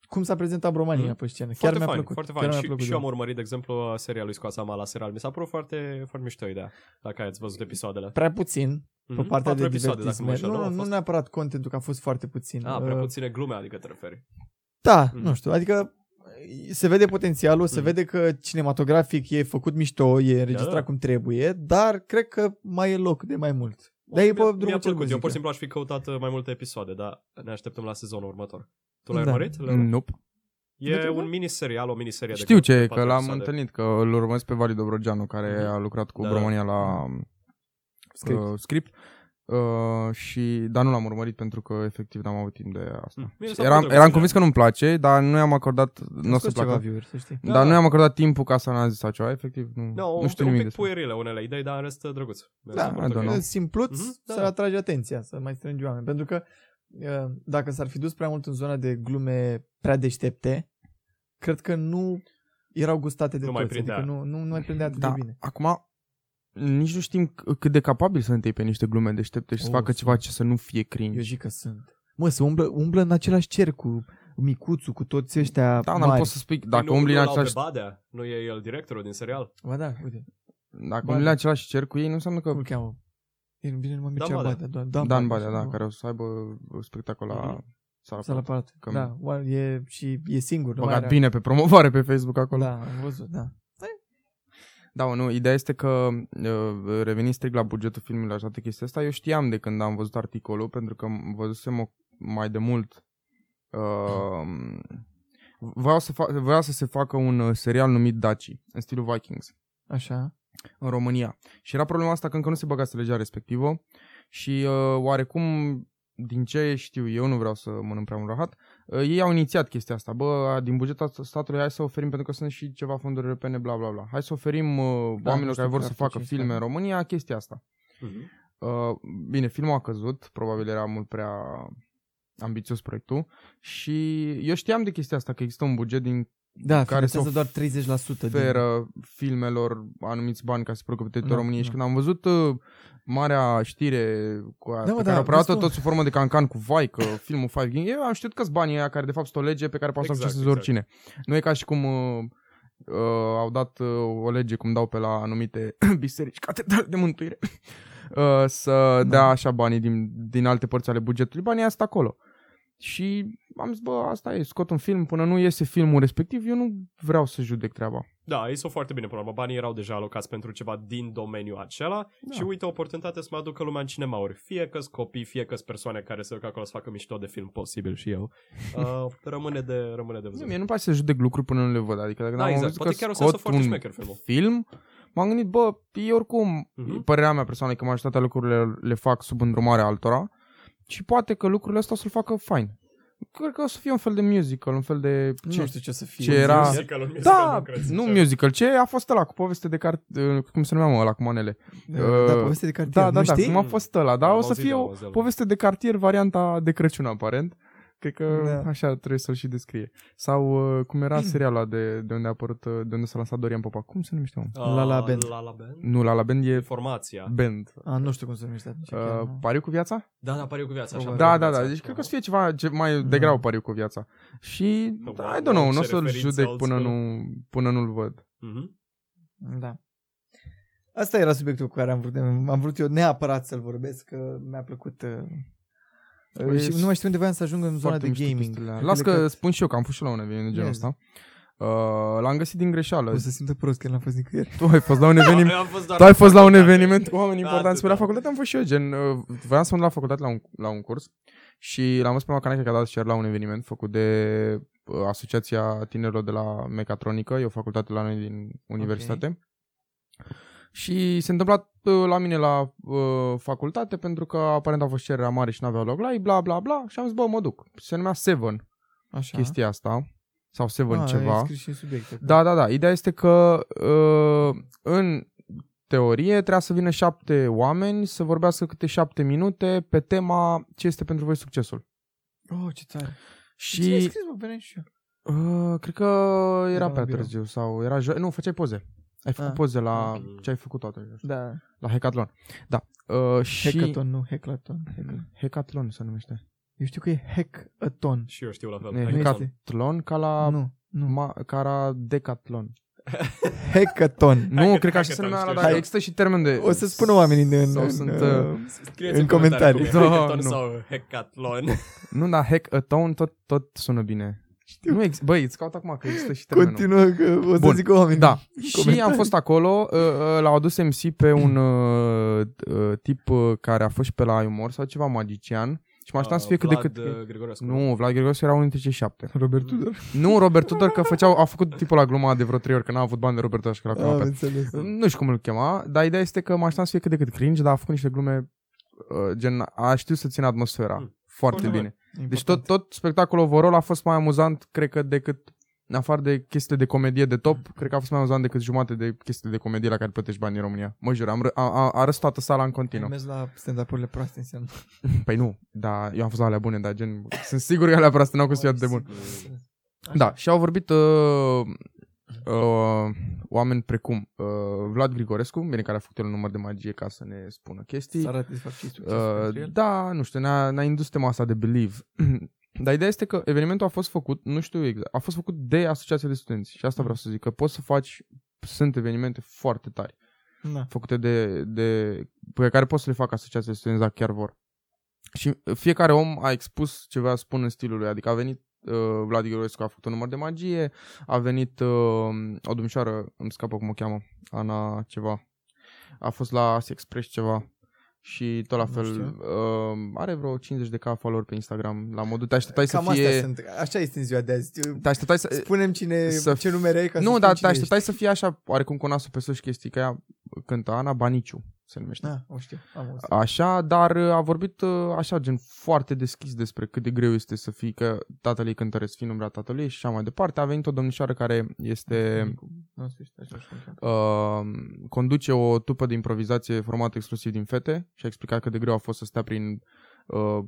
Speaker 2: Cum s-a prezentat Bromania
Speaker 4: Mm.
Speaker 2: pe scenă. Chiar
Speaker 4: Foarte
Speaker 2: mi-a
Speaker 4: fain,
Speaker 2: plăcut.
Speaker 4: foarte
Speaker 2: Chiar
Speaker 4: fain.
Speaker 2: mi-a
Speaker 4: Și,
Speaker 2: plăcut,
Speaker 4: și
Speaker 2: da.
Speaker 4: eu am urmărit, de exemplu, seria lui Scoasama la serial. Mi s-a părut foarte, foarte mișto ideea, dacă ați văzut episoadele.
Speaker 2: Prea puțin, pe
Speaker 4: Mhm,
Speaker 2: partea
Speaker 4: patru
Speaker 2: de
Speaker 4: episoade, dacă nu mă
Speaker 2: divertisment.
Speaker 4: înșel,
Speaker 2: Nu,
Speaker 4: au
Speaker 2: nu
Speaker 4: fost.
Speaker 2: neapărat contentul, că a fost foarte puțin.
Speaker 4: Ah, prea
Speaker 2: Uh,
Speaker 4: puține glume, adică te referi.
Speaker 2: Da,
Speaker 4: Mm.
Speaker 2: nu știu, adică se vede potențialul, se
Speaker 4: Mm.
Speaker 2: vede că cinematografic e făcut mișto, e înregistrat
Speaker 4: Da, da.
Speaker 2: cum trebuie, dar cred că mai e loc de mai mult. Dar e pe
Speaker 4: mi-a,
Speaker 2: drumul
Speaker 4: mi-a
Speaker 2: cel bun,
Speaker 4: plăcut. Eu
Speaker 2: zic
Speaker 4: pur și
Speaker 2: eu.
Speaker 4: simplu aș fi căutat uh, mai multe episoade, dar ne așteptăm la sezonul următor. Tu l-ai
Speaker 2: Da.
Speaker 4: urmărit? Leonel?
Speaker 3: Nope.
Speaker 4: E
Speaker 2: Uite, da.
Speaker 4: un miniserial, o miniserie
Speaker 3: Știu
Speaker 4: de
Speaker 3: ce,
Speaker 4: câte
Speaker 3: că
Speaker 4: patru
Speaker 3: l-am
Speaker 4: episoade.
Speaker 3: întâlnit, că îl urmăresc pe Vali Dobroganu, care
Speaker 4: Mhm.
Speaker 3: a lucrat cu
Speaker 4: Da, da.
Speaker 3: Bromania la
Speaker 2: Script.
Speaker 3: uh, script. Uh, și, dar nu l-am urmărit pentru că efectiv n-am avut timp de asta.
Speaker 4: Mm. Mie
Speaker 3: Și
Speaker 4: s-a
Speaker 3: eram,
Speaker 4: părut
Speaker 3: eram
Speaker 4: drăguț,
Speaker 3: convins că nu-mi place, dar nu i-am acordat, nu o să
Speaker 2: Scoți ceva
Speaker 3: placă.
Speaker 2: viewer, să știi.
Speaker 3: Dar
Speaker 4: Da.
Speaker 3: nu i-am acordat timpul ca să analizez sau ceva, efectiv nu,
Speaker 4: No,
Speaker 3: nu știu
Speaker 4: un,
Speaker 3: nimic
Speaker 4: pic
Speaker 3: despre.
Speaker 4: puierile unele idei, dar în rest uh, drăguț. Mi-a
Speaker 2: Da,
Speaker 4: s-a părut
Speaker 3: I don't
Speaker 4: ok.
Speaker 3: know.
Speaker 2: simpluț
Speaker 4: Mhm, da,
Speaker 2: să
Speaker 4: da.
Speaker 2: atragi atenția, să mai strângi oameni, pentru că uh, dacă s-ar fi dus prea mult în zona de glume prea deștepte, cred că nu erau gustate de
Speaker 4: Nu mai
Speaker 2: toți, adică
Speaker 4: prindea.
Speaker 2: nu, nu, nu mai prindea atât
Speaker 3: Da,
Speaker 2: de bine.
Speaker 3: acum nici nu știm c- cât de capabil sunt ei pe niște glume deștepte și să
Speaker 2: Oh,
Speaker 3: facă
Speaker 2: sunt.
Speaker 3: ceva ce să nu fie cringe.
Speaker 2: Eu zic că sunt. Mă, să umblă, umblă în același cer cu micuțul, cu toți ăștia
Speaker 3: da, dar nu
Speaker 2: mari.
Speaker 3: poți să spui, dacă
Speaker 4: nu,
Speaker 3: umbli
Speaker 4: nu
Speaker 3: în
Speaker 4: l-au pe
Speaker 3: același,
Speaker 4: Badea, da? nu e el directorul din serial.
Speaker 2: Ba da, uite,
Speaker 3: dacă
Speaker 2: Badea.
Speaker 3: umbli în același cer cu ei, nu înseamnă că
Speaker 2: cum îl cheamă? El vine
Speaker 4: Dan
Speaker 2: numai Mircea
Speaker 4: Badea.
Speaker 2: Badea. doar-
Speaker 3: Dan Badea,
Speaker 2: și
Speaker 3: da,
Speaker 2: nu-
Speaker 3: care o să aibă uh, spectacol la
Speaker 4: Mhm.
Speaker 3: sala
Speaker 2: Sala
Speaker 3: Palatului.
Speaker 2: Palat.
Speaker 3: Cam-
Speaker 2: Da, oare e, și e singur. nu mai
Speaker 3: Băgat
Speaker 2: are-
Speaker 3: bine pe promovare pe Facebook acolo.
Speaker 2: Da, am văzut, da.
Speaker 3: Da, mă, nu, ideea este că uh, revenind strict la bugetul filmului și toată chestia asta, eu știam de când am văzut articolul, pentru că m- văzusem o, mai de mult uh, voiau, să fa- voiau să se facă un uh, serial numit Daci, în stilul Vikings,
Speaker 2: Așa.
Speaker 3: în România. Și era problema asta că încă nu se băgase legea respectivă și uh, oarecum din ce știu eu, nu vreau să mănânc prea un rahat, uh, ei au inițiat chestia asta. Bă, din bugetul sta- statului hai să oferim, pentru că sunt și ceva fonduri europene, bla bla bla. Hai să oferim uh,
Speaker 2: Da, nu
Speaker 3: oamenilor
Speaker 2: știu
Speaker 3: care vor
Speaker 2: clar
Speaker 3: să
Speaker 2: pe
Speaker 3: facă
Speaker 2: ce
Speaker 3: filme
Speaker 2: stat.
Speaker 3: în România chestia asta.
Speaker 4: Mhm.
Speaker 3: Uh, bine, filmul a căzut, probabil era mult prea ambițios proiectul și eu știam de chestia asta, că există un buget din
Speaker 2: Da,
Speaker 3: Care
Speaker 2: care
Speaker 3: se
Speaker 2: se doar 30% din...
Speaker 3: oferă filmelor anumiți bani ca să se preocupe de
Speaker 2: Da,
Speaker 3: României și
Speaker 2: da.
Speaker 3: când am văzut uh, marea știre cu a,
Speaker 2: Da,
Speaker 3: da,
Speaker 2: mă, da,
Speaker 3: pe care au preluat-o
Speaker 2: vezi tu.
Speaker 3: tot sub formă de cancan cu vai,
Speaker 2: *laughs*
Speaker 3: că filmul Five Gang. Eu am știut că banii aia care de fapt sunt o lege pe care poate
Speaker 4: Exact,
Speaker 3: să acceseze
Speaker 4: exact.
Speaker 3: oricine. Nu e ca și cum uh, uh, au dat uh, o lege cum dau pe la anumite *coughs* biserici, catedrale de mântuire, *coughs* uh, să da. dea așa banii din, din alte părți ale bugetului. Banii asta acolo. Și am zis, bă, asta e, scot un film, până nu iese filmul respectiv, eu nu vreau să judec treaba.
Speaker 4: Da, ei sunt foarte bine până la urmă. Banii erau deja alocați pentru ceva din domeniul acela da.
Speaker 3: Da.
Speaker 4: și uite o oportunitate să mă aducă lumea în cinemauri. Fie că copii, fie că persoane care se duc acolo să facă mișto de film posibil și
Speaker 3: *laughs*
Speaker 4: eu. Uh, rămâne de rămâne de
Speaker 3: Nu,
Speaker 4: văzut.
Speaker 3: mie nu-mi place să judec lucruri până nu le văd. Adică dacă
Speaker 4: Da,
Speaker 3: n-am
Speaker 4: exact.
Speaker 3: auzit
Speaker 4: Poate
Speaker 3: că
Speaker 4: chiar o să iasă
Speaker 3: scot
Speaker 4: foarte
Speaker 3: un
Speaker 4: șmecher filmul.
Speaker 3: film, m-am gândit, bă, e oricum,
Speaker 4: Mhm.
Speaker 3: uh-huh. părerea mea persoană e că majoritatea lucrurile le fac sub îndrumarea altora și poate că lucrurile astea o să-l facă fain. Cred că o să fie un fel de musical, un fel de...
Speaker 4: Nu știu ce să fie.
Speaker 3: ce era-
Speaker 4: Musical, un musical,
Speaker 3: da,
Speaker 4: cred să
Speaker 3: nu
Speaker 4: fie.
Speaker 3: musical, ce a fost ăla cu poveste de cart, uh, cum se numeam ăla cu manele?
Speaker 2: Uh, da,
Speaker 3: Uh,
Speaker 2: poveste de cartier,
Speaker 3: Da,
Speaker 2: nu
Speaker 3: da, da,
Speaker 2: știi?
Speaker 3: cum a fost ăla, dar
Speaker 4: Am
Speaker 3: o să
Speaker 4: auzit,
Speaker 3: fie
Speaker 4: am
Speaker 3: o
Speaker 4: auzit, am
Speaker 3: poveste de cartier, varianta de Crăciun aparent. Cred că
Speaker 2: Da.
Speaker 3: da. așa trebuie să-l și descrie. Sau uh, cum era serialul ăla de, de unde a apărut, uh, de unde s-a lansat Dorian Popa. Cum se numește? Om?
Speaker 4: Ah,
Speaker 2: La La Band.
Speaker 4: La La Band?
Speaker 3: Nu, la la band e
Speaker 4: Formația.
Speaker 3: band.
Speaker 2: A, nu știu cum se numește. atunci, chiar
Speaker 3: Uh,
Speaker 2: nu.
Speaker 3: pariu cu viața?
Speaker 4: Da, da, pariu cu viața. Așa,
Speaker 3: da,
Speaker 4: Pariu
Speaker 3: da,
Speaker 4: cu
Speaker 3: da.
Speaker 4: viața. Da.
Speaker 3: Deci cred că o să fie ceva ce mai degrabă pariu cu viața. Și,
Speaker 4: Wow,
Speaker 3: da, I don't
Speaker 4: wow,
Speaker 3: know,
Speaker 4: ce
Speaker 3: nu o să-l
Speaker 4: referință
Speaker 3: judec
Speaker 4: old
Speaker 3: până,
Speaker 4: school.
Speaker 3: nu, până nu-l văd.
Speaker 4: Mhm.
Speaker 2: Da. Asta era subiectul cu care am vrut, am vrut eu neapărat să-l vorbesc, că mi-a plăcut. Uh,
Speaker 3: Păi,
Speaker 2: și nu mai știu unde voiam să ajung în zona
Speaker 3: Foarte
Speaker 2: de
Speaker 3: mișto
Speaker 2: gaming.
Speaker 3: chestiile alea. Las
Speaker 2: Cred
Speaker 3: că spun și eu că am fost și la un eveniment de genul
Speaker 2: Yes.
Speaker 3: ăsta. Uh, l-am găsit din greșeală.
Speaker 2: o să simtă prost că el n-a fost nicăieri.
Speaker 3: Tu ai fost
Speaker 2: *laughs*
Speaker 3: la un eveniment
Speaker 4: Eu am fost doar
Speaker 3: Tu ai fost la un
Speaker 4: facultate.
Speaker 3: eveniment cu oameni
Speaker 4: Da,
Speaker 3: importanți pe la
Speaker 4: atâta.
Speaker 3: facultate? Am fost și eu, gen, uh, voiam să mă duc la facultate la un, la un curs și l-am văzut pe Macanache că a dat share la un eveniment făcut de uh, Asociația Tinerilor de la Mecatronică, e o facultate la noi din universitate. Și s-a întâmplat uh, la mine la uh, facultate pentru că aparent a fost cererea mare și n-avea loc la ei, bla bla bla și am zis, bă, mă duc. Se numea Seven
Speaker 2: Așa.
Speaker 3: chestia asta sau Seven
Speaker 2: Ah, ai
Speaker 3: ceva.
Speaker 2: scris și în subiect. acum.
Speaker 3: Da, da, da. Ideea este că uh, în teorie trebuia să vină șapte oameni să vorbească câte șapte minute pe tema ce este pentru voi succesul.
Speaker 2: Oh, ce tare. Și... Ce ai
Speaker 3: Și
Speaker 2: scris, mă, veneai și eu.
Speaker 3: uh, cred că
Speaker 2: Era
Speaker 3: era
Speaker 2: la
Speaker 3: prea
Speaker 2: birou.
Speaker 3: târziu sau era joi. Nu, făceai poze. Ai făcut
Speaker 2: Ah,
Speaker 3: poze la
Speaker 4: ok.
Speaker 3: ce ai făcut toată.
Speaker 2: Da.
Speaker 3: La Hecathlon. Da. Uh, și...
Speaker 2: Hackathon, nu hackathon. Hackathon.
Speaker 3: Hecathlon se numește.
Speaker 2: Eu știu că e hackathon.
Speaker 4: Și eu știu la fel. Hai,
Speaker 3: E
Speaker 2: Hecat-
Speaker 4: Alexandru.
Speaker 3: Hecathlon ca la...
Speaker 2: Nu, nu.
Speaker 3: Ma, ca la decathlon. *laughs*
Speaker 2: Hackathon.
Speaker 3: Nu,
Speaker 4: că-
Speaker 3: cred că
Speaker 4: hai
Speaker 3: așa
Speaker 4: că
Speaker 3: se numea,
Speaker 4: știu,
Speaker 3: dar
Speaker 4: știu.
Speaker 3: există și termen de...
Speaker 2: O să spună oamenii în, în,
Speaker 3: sau
Speaker 2: în,
Speaker 3: sunt,
Speaker 2: uh,
Speaker 3: uh,
Speaker 4: Scrieți
Speaker 2: În comentarii.
Speaker 4: cum e,
Speaker 3: Da, *laughs*
Speaker 4: hackathon
Speaker 3: nu.
Speaker 4: sau hecathlon.
Speaker 3: Nu, dar hackathon tot, tot sună bine.
Speaker 2: Știu.
Speaker 3: Nu ex- Băi, îți caut acum că există și termenul.
Speaker 2: continuă că o să
Speaker 3: Bun.
Speaker 2: zică oamenii. *laughs*
Speaker 3: Da.
Speaker 2: în
Speaker 3: Și
Speaker 2: comentarii.
Speaker 3: am fost acolo, uh, uh, l-au adus MC pe un uh, uh, tip uh, care a fost și pe la Humor sau ceva magician și mă așteptam să fie cât de
Speaker 4: Vlad,
Speaker 3: cât...
Speaker 4: uh, Grigorescu.
Speaker 3: Nu, Vlad Gregoriu era unul dintre cei șapte.
Speaker 2: Robert Tudor.
Speaker 3: Nu, Robert Tudor, că făceau, a făcut tipul la gluma de vreo trei ori, că n-a avut bani de Robert Tudor și că l-a chemat
Speaker 2: Am
Speaker 3: pe
Speaker 2: înțeles.
Speaker 3: nu știu cum îl chema, dar ideea este că mă așteptam să fie cât de cât cringe, dar a făcut niște glume, uh, gen, a știut să țină atmosfera
Speaker 4: Mm.
Speaker 3: foarte
Speaker 4: Foarte
Speaker 3: bine. Deci tot, tot spectacolul overall a fost mai amuzant, cred că, decât, în afară de chestiile de comedie de top, cred că a fost mai amuzant decât jumate de chestiile de comedie la care plătești bani în România. Mă jur, am râ- a, a, a râs toată sala în
Speaker 2: Am
Speaker 3: continuu.
Speaker 2: mers la stand-up-urile proaste înseamnă.
Speaker 3: Păi nu, dar eu am fost la alea bune, dar gen, sunt sigur că alea proaste n-au costat de bun. Da, și au vorbit uh, uh, oameni precum uh, Vlad Grigorescu, bine care a făcut el un număr de magie ca să ne spună chestii.
Speaker 2: Să arate de fapt ce
Speaker 3: Uh, da, nu știu, ne-a, ne-a indus tema asta de believe. *clears throat* Dar ideea este că evenimentul a fost făcut, nu știu exact, a fost făcut de asociația de studenți și asta vreau să zic, că poți să faci, sunt evenimente foarte tari,
Speaker 2: Da.
Speaker 3: făcute de, de pe care poți să le facă asociația de studenți dacă chiar vor. Și fiecare om a expus ce vrea să spună în stilul lui, adică a venit uh, Vlad Gheorghescu a făcut un număr de magie, a venit uh, o domnișoară, îmi scapă cum o cheamă, Ana ceva, a fost la Asi Express ceva și tot la
Speaker 2: Nu
Speaker 3: fel
Speaker 2: știu.
Speaker 3: uh, are vreo 50 de k follower pe Instagram la modul te așteptai
Speaker 2: Cam
Speaker 3: să
Speaker 2: astea
Speaker 3: fie
Speaker 2: sunt. Așa este în ziua de azi.
Speaker 3: te așteptai să
Speaker 2: Spunem cine,
Speaker 3: să-
Speaker 2: ce numere ai ca Da, să
Speaker 3: nu,
Speaker 2: știm
Speaker 3: dar te
Speaker 2: cine
Speaker 3: așteptai să fie așa, oarecum cu nasul pe sus și chestii, că ea cântă Ana Baniciu, se numește.
Speaker 2: ești. Da, o știu. Am auzit.
Speaker 3: Așa, dar uh, a vorbit uh, așa, gen foarte deschis despre cât de greu este să fii, că tatăl ei cântăresc, fi numele tatăl ei și așa mai departe. A venit o domnișoară care este,
Speaker 2: Nu știu, așa știu cum cheamă.
Speaker 3: uh, conduce o tupă de improvizație formată exclusiv din fete și a explicat cât de greu a fost să stea prin, uh,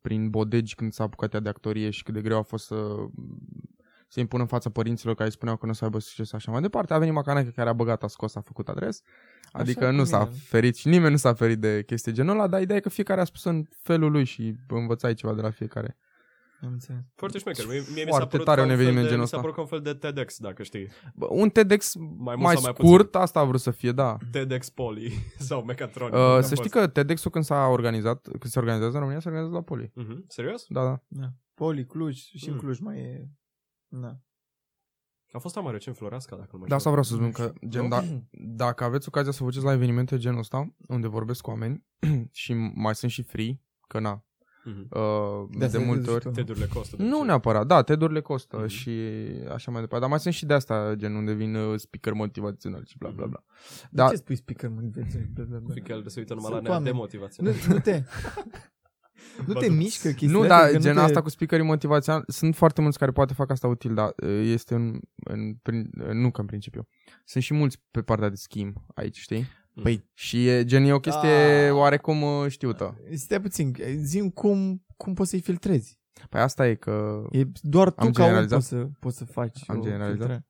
Speaker 3: prin bodegi când s-a apucat ea de actorie și cât de greu a fost să se impună în fața părinților care îi spuneau că nu o să aibă succes și așa mai departe. A venit Macanache care a băgat, a scos, a făcut adres. Adică
Speaker 2: cum
Speaker 3: nu
Speaker 2: e.
Speaker 3: s-a ferit și nimeni nu s-a ferit de chestii genul ăla, dar ideea e că fiecare a spus în felul lui și învățai ceva de la fiecare.
Speaker 2: Am înțeles.
Speaker 4: Foarte șmecher. Mie, mie mi s-a
Speaker 3: Foarte
Speaker 4: părut
Speaker 3: tare
Speaker 4: ca
Speaker 3: un
Speaker 4: fel
Speaker 3: eveniment
Speaker 4: de-
Speaker 3: genul
Speaker 4: Mi s-a
Speaker 3: ăsta.
Speaker 4: părut ca un fel de TEDx, dacă știi.
Speaker 3: Bă, un TEDx
Speaker 4: Mai
Speaker 3: mai,
Speaker 4: mult
Speaker 3: mai
Speaker 4: sau mai
Speaker 3: scurt, asta a vrut să fie, da.
Speaker 4: TEDx Poli *laughs* sau Mecatron.
Speaker 3: Uh, să știi că TEDx-ul când s-a organizat, când se organizează în România, se organizează la Poli.
Speaker 4: Uh-huh. Serios?
Speaker 3: Da, da.
Speaker 2: Poli, Cluj și în
Speaker 4: Mm.
Speaker 2: Cluj mai e... Na.
Speaker 4: A fost mai recent Floreasca, dacă nu mă
Speaker 3: Da, asta
Speaker 4: înșel.
Speaker 3: vreau să spun că, gen, da, dacă aveți ocazia să faceți la evenimente genul ăsta, unde vorbesc cu oameni *clears throat* și mai sunt și free, că na,
Speaker 4: Mhm.
Speaker 3: uh, de,
Speaker 2: asta
Speaker 3: de
Speaker 2: te
Speaker 3: multe
Speaker 2: duci
Speaker 3: ori.
Speaker 2: tu.
Speaker 4: TED-urile costă. de
Speaker 3: Nu
Speaker 4: obicei.
Speaker 3: neapărat, da, TED-urile costă
Speaker 4: Mhm.
Speaker 3: și așa mai departe, dar mai sunt și de asta, gen, unde vin uh, speaker motivațional și bla bla bla.
Speaker 2: Da.
Speaker 3: Da.
Speaker 2: De ce spui speaker mă înveți? Bla, bla, bla.
Speaker 4: Fi că el se uită numai la
Speaker 2: Sunt
Speaker 4: nea de
Speaker 2: oameni.
Speaker 4: motivație.
Speaker 2: Nu, nu te... nu te
Speaker 4: Bă,
Speaker 2: mișcă chestiile
Speaker 3: Nu,
Speaker 2: astea,
Speaker 3: dar
Speaker 2: că
Speaker 3: gen
Speaker 2: nu te...
Speaker 3: asta cu speakerii motivaționali, sunt foarte mulți care poate fac asta util, dar uh, este în, în, prin, nu ca în principiu. Sunt și mulți pe partea de schimb aici, știi?
Speaker 2: Păi-
Speaker 3: Și e, gen, e o chestie
Speaker 2: Da.
Speaker 3: oarecum uh, știută.
Speaker 2: Stai puțin, zim cum, cum poți să-i filtrezi.
Speaker 3: Păi asta e că...
Speaker 2: E doar tu
Speaker 3: Am
Speaker 2: ca om
Speaker 3: generalizat.
Speaker 2: poți să, poți să faci
Speaker 3: Am
Speaker 2: o
Speaker 3: generalizat.
Speaker 2: filtrare.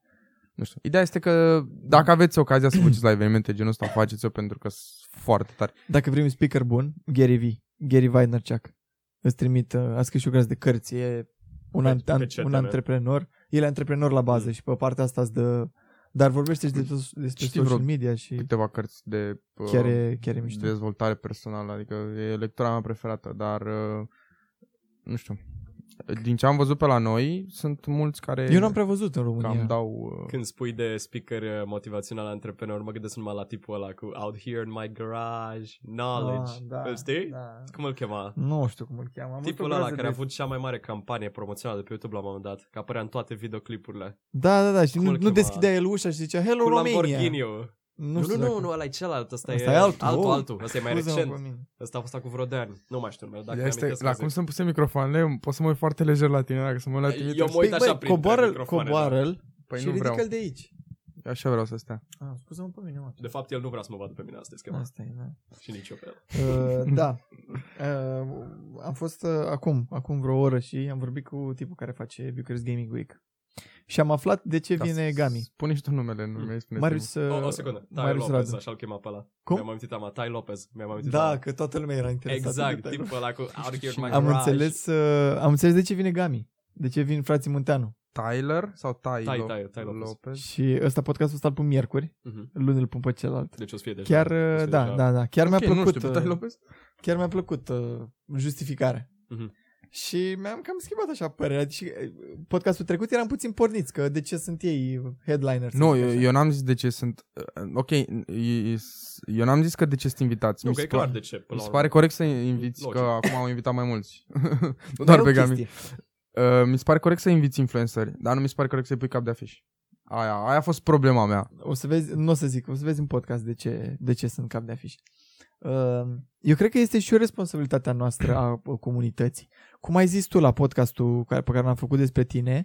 Speaker 3: Nu știu. Ideea este că dacă aveți ocazia să faceți la evenimente genul ăsta, faceți-o pentru că sunt foarte tare.
Speaker 2: Dacă vrei un speaker bun, Gary V, Gary Vaynerchuk, îți trimit, uh, a scris și o grăs de cărți, e un,
Speaker 4: Pe-
Speaker 2: an,
Speaker 4: pe
Speaker 2: an,
Speaker 4: CTR.
Speaker 2: un antreprenor, el e antreprenor la bază și pe partea asta îți dă... Dar vorbește și de, despre
Speaker 3: Mm. Știi
Speaker 2: social
Speaker 3: vreo
Speaker 2: media și
Speaker 3: Câteva cărți de uh,
Speaker 2: chiar e, chiar e mișto.
Speaker 3: dezvoltare personală, adică e lectura mea preferată, dar uh, nu știu. Din ce am văzut pe la noi, sunt mulți care
Speaker 2: Eu n-am prea văzut în
Speaker 3: cam
Speaker 2: România.
Speaker 3: dau... Uh,
Speaker 4: Când spui de speaker uh, motivațional antreprenor, mă gândesc numai la tipul ăla cu Out here in my garage, knowledge.
Speaker 2: Ah, da,
Speaker 4: Îl știi?
Speaker 2: Da.
Speaker 4: Cum îl chema?
Speaker 2: Nu știu cum îl cheamă. Am
Speaker 4: Tipul
Speaker 2: văzut
Speaker 4: ăla
Speaker 2: o grămadă
Speaker 4: care a
Speaker 2: de-
Speaker 4: avut cea mai mare campanie promoțională de pe YouTube la un moment dat, că apărea în toate videoclipurile.
Speaker 2: Da, da, da, și
Speaker 4: Cum
Speaker 2: nu,
Speaker 4: îl
Speaker 2: nu
Speaker 4: chema?
Speaker 2: deschidea el ușa și zicea Hello
Speaker 4: Cu
Speaker 2: Romania.
Speaker 4: lamborghini Nu, nu,
Speaker 2: știu
Speaker 4: nu,
Speaker 2: dacă-
Speaker 4: nu, ăla e celălalt, ăsta,
Speaker 2: Ăsta
Speaker 4: e
Speaker 2: e altul,
Speaker 4: altul,
Speaker 2: oh.
Speaker 4: altul. Ăsta e mai
Speaker 2: Scuze-mă pe
Speaker 4: recent.
Speaker 2: mine.
Speaker 4: Ăsta a fost acum vreo de ani. Nu mai știu numele, dacă
Speaker 3: Dacă este,
Speaker 4: mi-amintesc,
Speaker 3: la
Speaker 4: vă
Speaker 3: cum
Speaker 4: zic.
Speaker 3: sunt puse microfoanele, pot să mă uit foarte lejer la tine, dacă să mă uit la tine.
Speaker 4: Eu
Speaker 3: te-
Speaker 4: mă uit
Speaker 2: Păi,
Speaker 4: așa
Speaker 2: băi,
Speaker 4: printre
Speaker 2: coboară-l,
Speaker 4: microfoane, da.
Speaker 2: coboară-l
Speaker 3: Păi
Speaker 2: și
Speaker 3: nu vreau.
Speaker 2: ridică-l de aici.
Speaker 3: Așa vreau să stea.
Speaker 2: Ah, scuză-mă pe mine, mă.
Speaker 4: De fapt, el nu vrea să mă vadă pe mine astăzi, schema.
Speaker 2: Asta e, da. *laughs*
Speaker 4: Și nici eu pe el.
Speaker 2: Uh, da. Uh, am fost uh, acum, acum vreo oră și am vorbit cu tipul care face Bucharest Gaming Week. Și am aflat de ce
Speaker 3: Ca
Speaker 2: vine
Speaker 3: să-
Speaker 2: Gami.
Speaker 3: Da. Spune și tu numele, nu mi-ai spune. tu.
Speaker 2: Marius, uh,
Speaker 4: Da. O, o secundă. Tai
Speaker 2: Marius
Speaker 4: Lopez,
Speaker 2: Radu.
Speaker 4: așa îl chema pe ăla.
Speaker 2: Cum?
Speaker 4: Mi-am amintit ama. Tai Lopez. Mi-am amintit
Speaker 2: Da,
Speaker 4: ama.
Speaker 2: că toată lumea era interesată. de
Speaker 4: Exact,
Speaker 2: Tai
Speaker 4: tipul ăla cu Out here in my
Speaker 2: Am
Speaker 4: garage.
Speaker 2: înțeles, uh, am înțeles de ce vine Gami. De ce vin frații Munteanu.
Speaker 3: Tyler sau Tai,
Speaker 4: Tai,
Speaker 3: Lo-
Speaker 4: Tai, Tai Lopez.
Speaker 2: Și ăsta podcastul ăsta îl pun miercuri,
Speaker 4: Mhm.
Speaker 2: luni îl pun pe celălalt.
Speaker 4: Deci o să fie deja.
Speaker 2: Chiar,
Speaker 4: o să
Speaker 2: uh,
Speaker 4: fie
Speaker 2: da,
Speaker 4: deja-
Speaker 2: da, da, chiar mi-a
Speaker 3: Ok,
Speaker 2: plăcut.
Speaker 3: Nu știu,
Speaker 2: uh,
Speaker 3: pe Tai Lopez?
Speaker 2: chiar mi-a plăcut uh, justificarea.
Speaker 4: Mhm.
Speaker 2: Și mi-am cam schimbat așa părerea. Și uh, podcastul trecut eram puțin porniți, că de ce sunt ei headliner.
Speaker 3: Nu, eu, eu n-am zis de ce sunt... uh, Ok, e- e- eu n-am zis că de ce sunt invitați.
Speaker 4: Nu,
Speaker 3: Mi
Speaker 4: că e
Speaker 3: se
Speaker 4: clar
Speaker 3: pare-
Speaker 4: de ce. până
Speaker 3: mi
Speaker 4: la
Speaker 3: se
Speaker 4: urmă.
Speaker 3: pare corect să inviți,
Speaker 4: Logic.
Speaker 3: că acum au invitat mai *laughs* mulți. nu doar pe Gami. Uh, mi se pare corect să inviți influenceri, dar nu mi se pare corect să-i pui cap de afiș. Aia, aia a fost problema mea.
Speaker 2: O să vezi, nu o să zic, o să vezi în podcast de ce, de ce sunt cap de afiș. Uh, Eu cred că este și o responsabilitatea noastră a uh, comunității. Cum ai zis tu la podcastul care, pe care l-am făcut despre tine,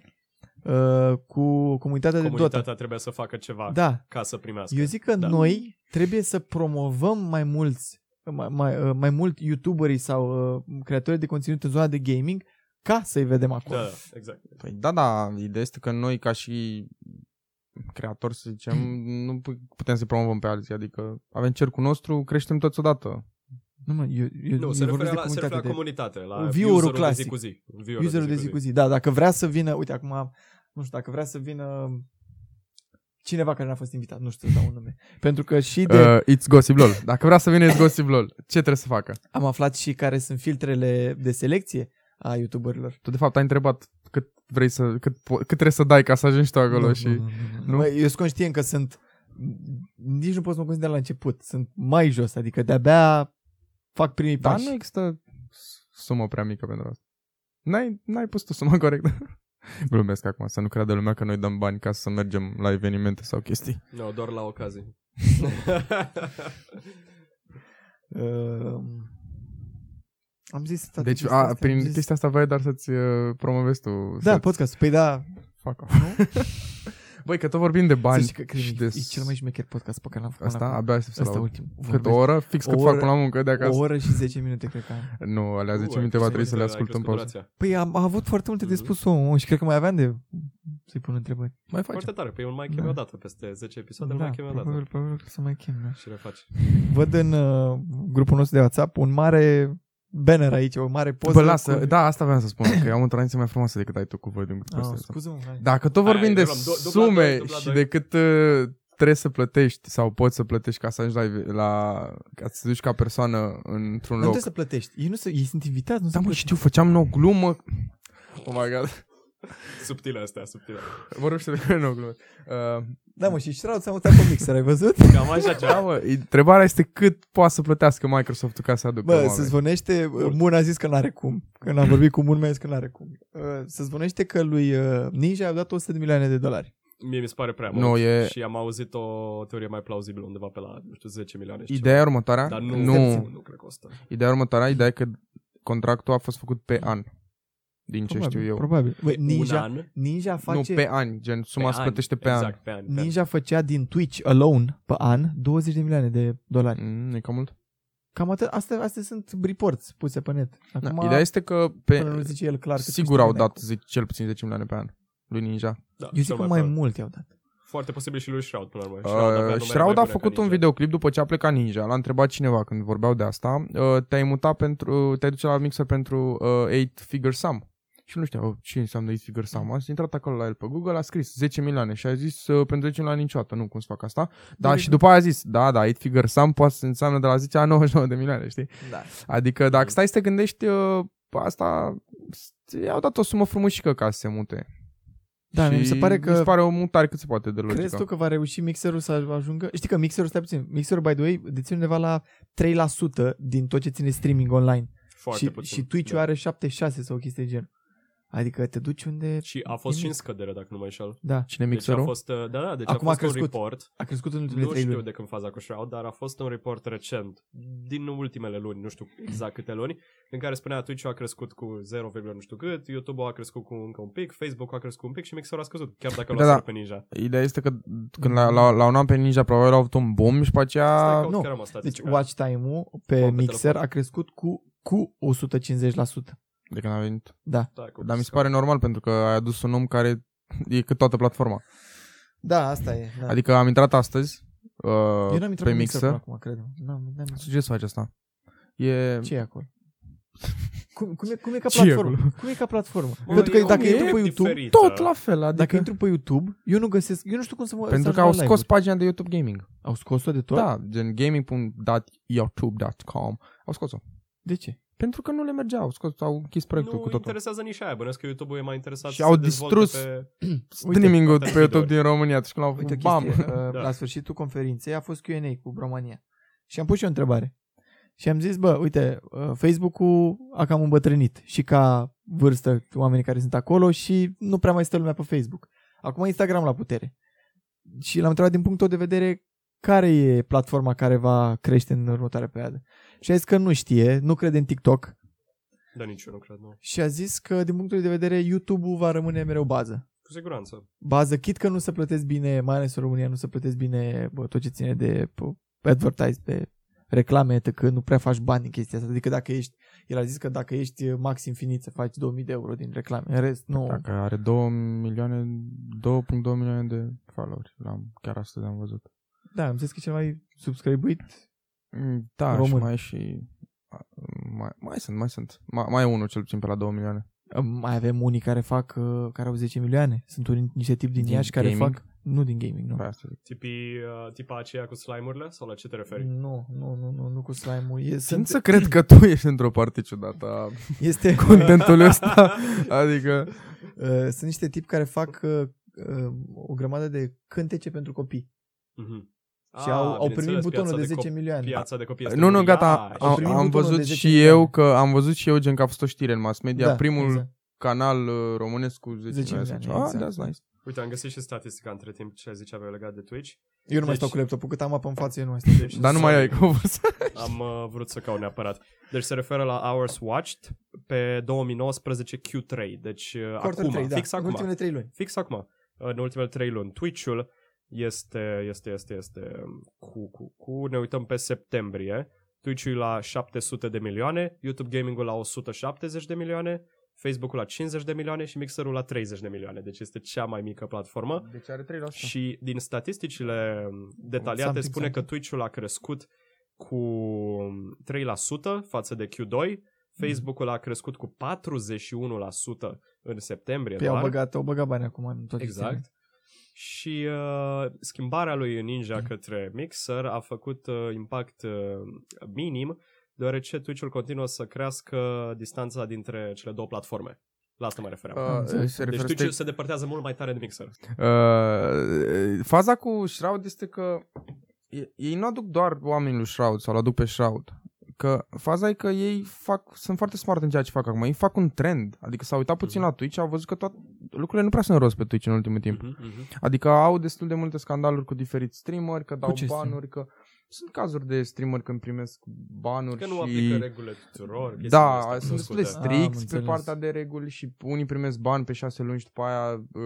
Speaker 2: uh, cu comunitatea, de Dota.
Speaker 4: Comunitatea trebuie să facă ceva
Speaker 2: Da,
Speaker 4: ca să primească.
Speaker 2: Eu zic că
Speaker 4: Da.
Speaker 2: da. noi trebuie să promovăm mai mulți, mai, mai, uh, mai mult youtuberii sau uh, creatori de conținut în zona de gaming ca să-i vedem acolo.
Speaker 4: Da,
Speaker 2: Da.
Speaker 4: da, exact.
Speaker 3: Păi da, da, ideea este că noi ca și creatori, să *clears throat* zicem, nu pu- putem să-i promovăm pe alții, adică avem cercul nostru, creștem toți odată.
Speaker 2: Nu, mă, eu, eu,
Speaker 4: Nu,
Speaker 2: eu
Speaker 4: se referă,
Speaker 2: vorbesc
Speaker 4: la,
Speaker 2: de
Speaker 4: se referă la
Speaker 2: comunitate.
Speaker 4: comunitate, la
Speaker 2: Viewerul
Speaker 4: userul de zi
Speaker 2: clasic.
Speaker 4: cu zi. Viewerul
Speaker 2: de, userul de zi cu zi. Da, dacă vrea să vină, uite acum, nu știu, dacă vrea să vină cineva care n-a fost invitat, nu știu să dau un nume. Pentru că și de...
Speaker 3: Uh, it's Gossip LOL. Dacă vrea să vină It's Gossip LOL, ce trebuie să facă?
Speaker 2: Am aflat și care sunt filtrele de selecție a youtuberilor.
Speaker 3: Tu de fapt ai întrebat cât vrei să, cât, po- cât trebuie să dai ca să ajungi tu acolo
Speaker 2: Nu,
Speaker 3: și...
Speaker 2: nu, nu, nu, nu.
Speaker 3: nu?
Speaker 2: Bă, eu sunt conștient că sunt... Nici nu pot să mă consider la început. Sunt mai jos, adică de-abia fac primii
Speaker 3: Dar
Speaker 2: pași.
Speaker 3: nu există sumă prea mică pentru asta. N-ai, n-ai pus tu suma corectă. *laughs* Glumesc acum, să nu creadă lumea că noi dăm bani ca să mergem la evenimente sau chestii.
Speaker 4: Nu, no, doar la ocazii.
Speaker 2: Uh, am zis
Speaker 3: Deci,
Speaker 2: statistica
Speaker 3: a,
Speaker 2: asta,
Speaker 3: prin
Speaker 2: am zis-
Speaker 3: chestia asta vrei doar să-ți uh, promovezi tu.
Speaker 2: Da,
Speaker 3: să-ți
Speaker 2: podcast. Păi da,
Speaker 3: fac
Speaker 2: nu?
Speaker 3: *laughs* Băi, că tot vorbim de
Speaker 2: Să
Speaker 3: bani
Speaker 2: știi că cred,
Speaker 3: și
Speaker 2: că
Speaker 3: de...
Speaker 2: e cel mai șmecher podcast pe care l-am făcut
Speaker 3: Asta
Speaker 2: până acum.
Speaker 3: abia aștept să-l
Speaker 2: Asta
Speaker 3: aud.
Speaker 2: ultim.
Speaker 3: Cât o
Speaker 2: Vorbesc
Speaker 3: oră? Fix
Speaker 2: O
Speaker 3: cât
Speaker 2: oră-
Speaker 3: fac până la muncă de acasă.
Speaker 2: o oră și 10 minute, cred că am.
Speaker 3: Nu, deci alea 10
Speaker 4: Ui,
Speaker 3: minute va
Speaker 4: ai
Speaker 3: trebui să le
Speaker 4: crezut că ai
Speaker 3: ascultăm
Speaker 4: crescut
Speaker 3: pe
Speaker 4: durația.
Speaker 2: Păi am a avut foarte multe de
Speaker 4: Mhm.
Speaker 2: spus omul și cred că mai aveam de să-i pun întrebări.
Speaker 3: Mai facem.
Speaker 4: Foarte tare, pe eu îl mai chemi
Speaker 2: Păi Da.
Speaker 4: odată, peste 10 episoade îl mai chemi
Speaker 2: probabil,
Speaker 4: odată.
Speaker 2: probabil că o să mai chem, da.
Speaker 4: Și
Speaker 2: *laughs*
Speaker 4: refaci.
Speaker 2: Văd în uh, grupul nostru de WhatsApp un mare banner aici, o mare poză.
Speaker 3: Bă, lasă,
Speaker 2: cu...
Speaker 3: da, asta vreau să spun, că eu am o tradiție mai frumoasă decât ai tu cu voi din
Speaker 2: Ah,
Speaker 3: grupul ăsta.
Speaker 2: scuze-mă, hai.
Speaker 3: Dacă tot
Speaker 4: Hai,
Speaker 3: vorbim de
Speaker 4: luăm du- dubla doi,
Speaker 3: sume
Speaker 4: dubla
Speaker 3: și
Speaker 4: doi.
Speaker 3: de cât uh, trebuie să plătești sau poți să plătești ca să ajungi la, la ca să te duci ca persoană într-un
Speaker 2: Dar nu
Speaker 3: loc.
Speaker 2: trebuie să plătești. Ei, nu se, ei sunt invitați, nu
Speaker 3: Da,
Speaker 2: se
Speaker 3: mă,
Speaker 2: plătește.
Speaker 3: știu, făceam nouă glumă. Oh my god.
Speaker 4: Subtilă asta, subtilă.
Speaker 3: Vorbește de nouă glumă. Uh,
Speaker 2: Da, mă, și Shroud s-a mutat pe mixer, ai văzut?
Speaker 4: Cam așa
Speaker 3: da,
Speaker 4: ceva.
Speaker 3: mă, întrebarea este cât poate să plătească Microsoft ca să aducă
Speaker 2: Bă,
Speaker 3: oameni.
Speaker 2: se zvonește, Mun a zis că n-are cum. Când am vorbit cu Mun, mi-a zis că n-are cum. Uh, Se zvonește că lui uh, Ninja i-a dat 100 de milioane de dolari.
Speaker 4: Mie mi se pare prea
Speaker 3: Nu,
Speaker 4: mult.
Speaker 3: e-
Speaker 4: Și am auzit o teorie mai plauzibilă undeva pe la, nu știu, 10 milioane. și
Speaker 3: Ideea e următoarea.
Speaker 4: ceva. Dar nu, nu,
Speaker 3: nu.
Speaker 4: nu cred că o stă.
Speaker 3: Ideea e următoarea, ideea e că contractul a fost făcut pe an. Din ce știu eu.
Speaker 2: Probabil. Bă,
Speaker 4: Un
Speaker 2: Ninja,
Speaker 4: an.
Speaker 2: Ninja face...
Speaker 3: Nu, pe ani, gen suma se
Speaker 4: an,
Speaker 3: plătește pe
Speaker 4: exact,
Speaker 3: an.
Speaker 4: pe an. pe an.
Speaker 2: Ninja făcea din Twitch alone pe an 20 de milioane de dolari.
Speaker 3: Mm, e cam mult.
Speaker 2: Cam atât. Astea, astea sunt reports puse pe net.
Speaker 3: Da,
Speaker 2: Acum,
Speaker 3: ideea este că pe,
Speaker 2: până nu zice el clar. cât
Speaker 3: sigur au
Speaker 2: câștigă,
Speaker 3: dat zic, cel puțin 10 milioane pe an lui Ninja.
Speaker 4: Da,
Speaker 2: Eu zic
Speaker 4: cel
Speaker 2: că mai
Speaker 4: probabil.
Speaker 2: mult i-au dat.
Speaker 4: Foarte posibil și lui Shroud, până la urmă. Shroud Deci avea
Speaker 3: Uh,
Speaker 4: numere mai
Speaker 3: Shroud a
Speaker 4: bune
Speaker 3: făcut
Speaker 4: ca
Speaker 3: un
Speaker 4: Ninja.
Speaker 3: videoclip după ce a plecat Ninja. L-a întrebat cineva când vorbeau de asta. Uh, te-ai mutat pentru, te-ai duce la mixer pentru uh, 8 Figure Sum. Și nu știa oh, ce înseamnă 8 Figure Sum. A intrat acolo la el pe Google, a scris 10 milioane și a zis uh, pentru 10 milioane niciodată nu cum să fac asta. Da, și după aia a zis, da, da, 8 Figure Sum poate să înseamnă de la 10 la 99 de milioane, știi?
Speaker 2: Da.
Speaker 3: Adică dacă stai să te gândești, uh, asta s- i-au dat o sumă frumușică ca să se mute.
Speaker 2: Da,
Speaker 3: și
Speaker 2: mi se pare
Speaker 3: Mi se
Speaker 2: că
Speaker 3: pare o mutare cât se poate de logică.
Speaker 2: Crezi tu că va reuși mixerul să ajungă? Știi că mixerul, stai puțin, mixerul, by the way, deține undeva la 3% din tot ce ține streaming online.
Speaker 4: Foarte
Speaker 2: și,
Speaker 4: puțin. Da.
Speaker 2: și Twitch-ul are 76 sau o chestie de gen. Adică te duci unde...
Speaker 4: Și a fost și în
Speaker 2: Nimic.
Speaker 4: scădere, dacă nu mă înșel.
Speaker 2: Da,
Speaker 4: Deci
Speaker 3: Cine
Speaker 4: a
Speaker 3: mixerul?
Speaker 4: fost, uh, da, da, deci
Speaker 2: Acum
Speaker 4: a
Speaker 2: a
Speaker 4: fost un
Speaker 2: crescut.
Speaker 4: report.
Speaker 2: a crescut în ultimele
Speaker 4: Nu
Speaker 2: 3
Speaker 4: știu
Speaker 2: luni.
Speaker 4: de când faza cu Shroud, dar a fost un report recent, din ultimele luni, nu știu exact câte luni, în care spunea Twitch a crescut cu 0, nu știu cât, YouTube-ul a crescut cu încă un pic, Facebook a crescut un pic și Mixer a scăzut, chiar dacă
Speaker 3: Da,
Speaker 4: l-a da.
Speaker 3: da.
Speaker 4: pe Ninja.
Speaker 3: Ideea este că când la, la, la un an pe Ninja probabil au avut un boom și pe aceea...
Speaker 4: Stai că
Speaker 2: nu.
Speaker 4: chiar am o
Speaker 2: Deci
Speaker 4: statistică.
Speaker 2: watch time-ul pe
Speaker 4: Bun, pe
Speaker 2: mixer
Speaker 4: telefon.
Speaker 2: a crescut cu, cu 150%.
Speaker 3: De când a venit.
Speaker 4: Da, cu-
Speaker 3: Dar mi se pare normal pentru că ai adus un om care e cât toată platforma.
Speaker 2: Da, asta e. Da.
Speaker 3: Adică am intrat astăzi uh,
Speaker 2: Eu n-am intrat
Speaker 3: pe
Speaker 2: pe mixer
Speaker 3: mixer.
Speaker 2: până acum, cred. N-am, n-am,
Speaker 3: Sugerez să faci asta. E...
Speaker 2: ce e acolo? *laughs* Cum, cum, e, cum e ca
Speaker 3: Ce e
Speaker 2: platformă? Cum e ca platformă?
Speaker 4: Bă,
Speaker 2: Pentru că
Speaker 4: e-
Speaker 2: dacă
Speaker 4: e da.
Speaker 2: intru pe YouTube,
Speaker 4: diferită.
Speaker 3: Tot la fel, adică...
Speaker 2: Dacă intru pe YouTube, eu nu găsesc, eu nu știu cum să mă să
Speaker 3: pentru
Speaker 2: ajung
Speaker 3: că au
Speaker 2: la
Speaker 3: scos
Speaker 2: live-uri.
Speaker 3: pagina de YouTube Gaming.
Speaker 2: Au scos-o de tot?
Speaker 3: Da, gen gaming.youtube.com Au scos-o.
Speaker 2: De ce?
Speaker 3: Pentru că nu le mergeau, au scos, au închis proiectul
Speaker 4: Nu
Speaker 3: cu totul.
Speaker 4: interesează nici aia, bănesc că YouTube-ul e mai interesat
Speaker 3: Și
Speaker 4: să
Speaker 3: au
Speaker 4: se dezvolte
Speaker 3: distrus-
Speaker 4: pe...
Speaker 2: Uite,
Speaker 3: Streaming-ul
Speaker 4: uite,
Speaker 3: pe YouTube
Speaker 4: uite.
Speaker 3: din România, atunci când l-au
Speaker 2: Uite,
Speaker 3: făcut,
Speaker 2: Bam.
Speaker 3: bam!
Speaker 2: Chestie, uh,
Speaker 4: Da.
Speaker 2: la sfârșitul conferinței a fost Q&A cu România. Și am pus și eu o întrebare. Și am zis, bă, uite, uh, Facebook-ul a cam îmbătrânit și ca vârstă oamenii care sunt acolo și nu prea mai stă lumea pe Facebook. Acum Instagram la putere. Și l-am întrebat din punctul de vedere care e platforma care va crește în următoarea perioadă. Și a zis că nu știe, nu crede în TikTok,
Speaker 4: Da, nici eu nu cred, nu.
Speaker 2: și a zis că din punctul de vedere YouTube-ul va rămâne mereu bază.
Speaker 4: Cu siguranță.
Speaker 2: Bază, chit că nu se plătesc bine, mai ales în România, nu se plătesc bine bă, tot ce ține de bă, advertise, pe reclame, etc. Nu prea faci bani din chestia asta. Adică dacă ești, el a zis că dacă ești maxim finit să faci 2000 de euro din reclame. În rest, nu.
Speaker 3: Dacă are 2 milioane, 2.2 milioane de followeri, l-am, chiar astăzi am văzut.
Speaker 2: Da, am zis că e cel mai subscribuit.
Speaker 3: Mm, Da, Român. și
Speaker 2: Român.
Speaker 3: mai e și... Mai, mai sunt, mai sunt. Mai, mai e unul cel puțin pe la 2 milioane.
Speaker 2: Mai avem unii care fac, uh, care au 10 milioane. Sunt unii, niște tipi din,
Speaker 3: Din
Speaker 2: Iași care
Speaker 3: gaming?
Speaker 2: fac... Nu din gaming, nu.
Speaker 3: Pe asta zic.
Speaker 4: Tipii, uh, tipa aceea cu slime-urile sau la ce te referi?
Speaker 2: Nu, nu, nu, nu, nu cu slime-ul. E,
Speaker 3: Sunt
Speaker 2: sunt,
Speaker 3: să cred că tu ești într-o parte ciudată a *laughs*
Speaker 2: este...
Speaker 3: contentului ăsta. *laughs* Adică...
Speaker 2: Uh, sunt niște tipi care fac uh, uh, o grămadă de cântece pentru copii
Speaker 4: Mhm. Ah,
Speaker 2: și au, au primit
Speaker 4: bineînțeles,
Speaker 2: butonul
Speaker 4: piața
Speaker 2: de 10
Speaker 4: copii-
Speaker 2: milioane.
Speaker 4: Piața de copii este
Speaker 3: Nu, nu, gata,
Speaker 4: uriașă.
Speaker 2: Au
Speaker 3: am,
Speaker 2: primit
Speaker 3: am
Speaker 2: butonul
Speaker 3: văzut
Speaker 2: de 10
Speaker 3: și
Speaker 2: milioane.
Speaker 3: eu că am văzut și eu gen că a fost o știre în mass media, da, primul exact.
Speaker 2: exact.
Speaker 3: canal uh, românesc cu 10, 10 milioane. sau ceva. Ah,
Speaker 2: exact.
Speaker 3: that's nice.
Speaker 4: Uite, am găsit și statistica între timp ce ziceam legat de Twitch.
Speaker 2: Eu nu mai
Speaker 4: Deci-
Speaker 2: stau cu laptopul, cât am apă în față, eu nu mai stau.
Speaker 4: Deci,
Speaker 3: da. Dar nu mai ai
Speaker 4: sorry,
Speaker 3: că o văzut.
Speaker 2: *laughs*
Speaker 4: Am uh, vrut să caut neapărat. Deci se referă la hours watched pe 2019 Q3. Deci uh,
Speaker 2: Quarter
Speaker 4: acum,
Speaker 2: trei, da,
Speaker 4: fix
Speaker 2: în
Speaker 4: acum.
Speaker 2: ultimele 3 luni.
Speaker 4: Fix acum. În ultimele 3 luni. Twitch-ul este, este, este, este um, cu, cu, cu, ne uităm pe septembrie. Twitch-ul e la 700 de milioane, YouTube Gaming-ul la 170 de milioane, Facebook-ul la 50 de milioane și Mixer-ul la 30 de milioane, deci este cea mai mică platformă.
Speaker 3: Deci are 3 la asta.
Speaker 4: Și din statisticile detaliate
Speaker 2: Exact,
Speaker 3: Something,
Speaker 4: spune
Speaker 3: something.
Speaker 4: că Twitch-ul a crescut cu 3% față de Q2,
Speaker 2: Mhm.
Speaker 4: Facebook-ul a crescut cu 41% în septembrie
Speaker 2: Pe Păi au
Speaker 4: doar.
Speaker 2: băgat, au băgat bani acum în toate
Speaker 4: Exact. Și uh, schimbarea lui
Speaker 2: Mhm.
Speaker 4: Ninja către Mixer a făcut uh, impact uh, minim, deoarece Twitch-ul continuă să crească distanța dintre cele două platforme. La asta mă refeream. Uh,
Speaker 2: Am
Speaker 3: Uh,
Speaker 2: înțeles.
Speaker 3: se
Speaker 4: deci
Speaker 3: referă
Speaker 4: Twitch
Speaker 3: deci,
Speaker 4: se depărtează mult mai tare de Mixer.
Speaker 3: uh, faza cu Shroud este că e- ei nu aduc doar oamenii lui Shroud sau îl aduc pe Shroud. Că faza e că ei fac, sunt foarte smart în ceea ce fac acum. Ei fac un trend. Adică s-au uitat puțin la Twitch, au văzut că toate lucrurile nu prea sunt rost pe Twitch în ultimul timp.
Speaker 4: Mhm, mhm.
Speaker 3: Adică au destul de multe scandaluri cu diferiți streameri, că dau
Speaker 2: ce
Speaker 3: banuri, că sunt cazuri de streameri când primesc banuri
Speaker 4: Că
Speaker 3: și...
Speaker 4: nu aplică regulile tuturor. chestiile
Speaker 3: Da,
Speaker 4: astea
Speaker 3: sunt destul de
Speaker 4: cunoscute.
Speaker 2: stri- Ah, Am
Speaker 3: stricți pe
Speaker 2: înțeles.
Speaker 3: partea de reguli și unii primesc bani pe șase luni și după aia uh,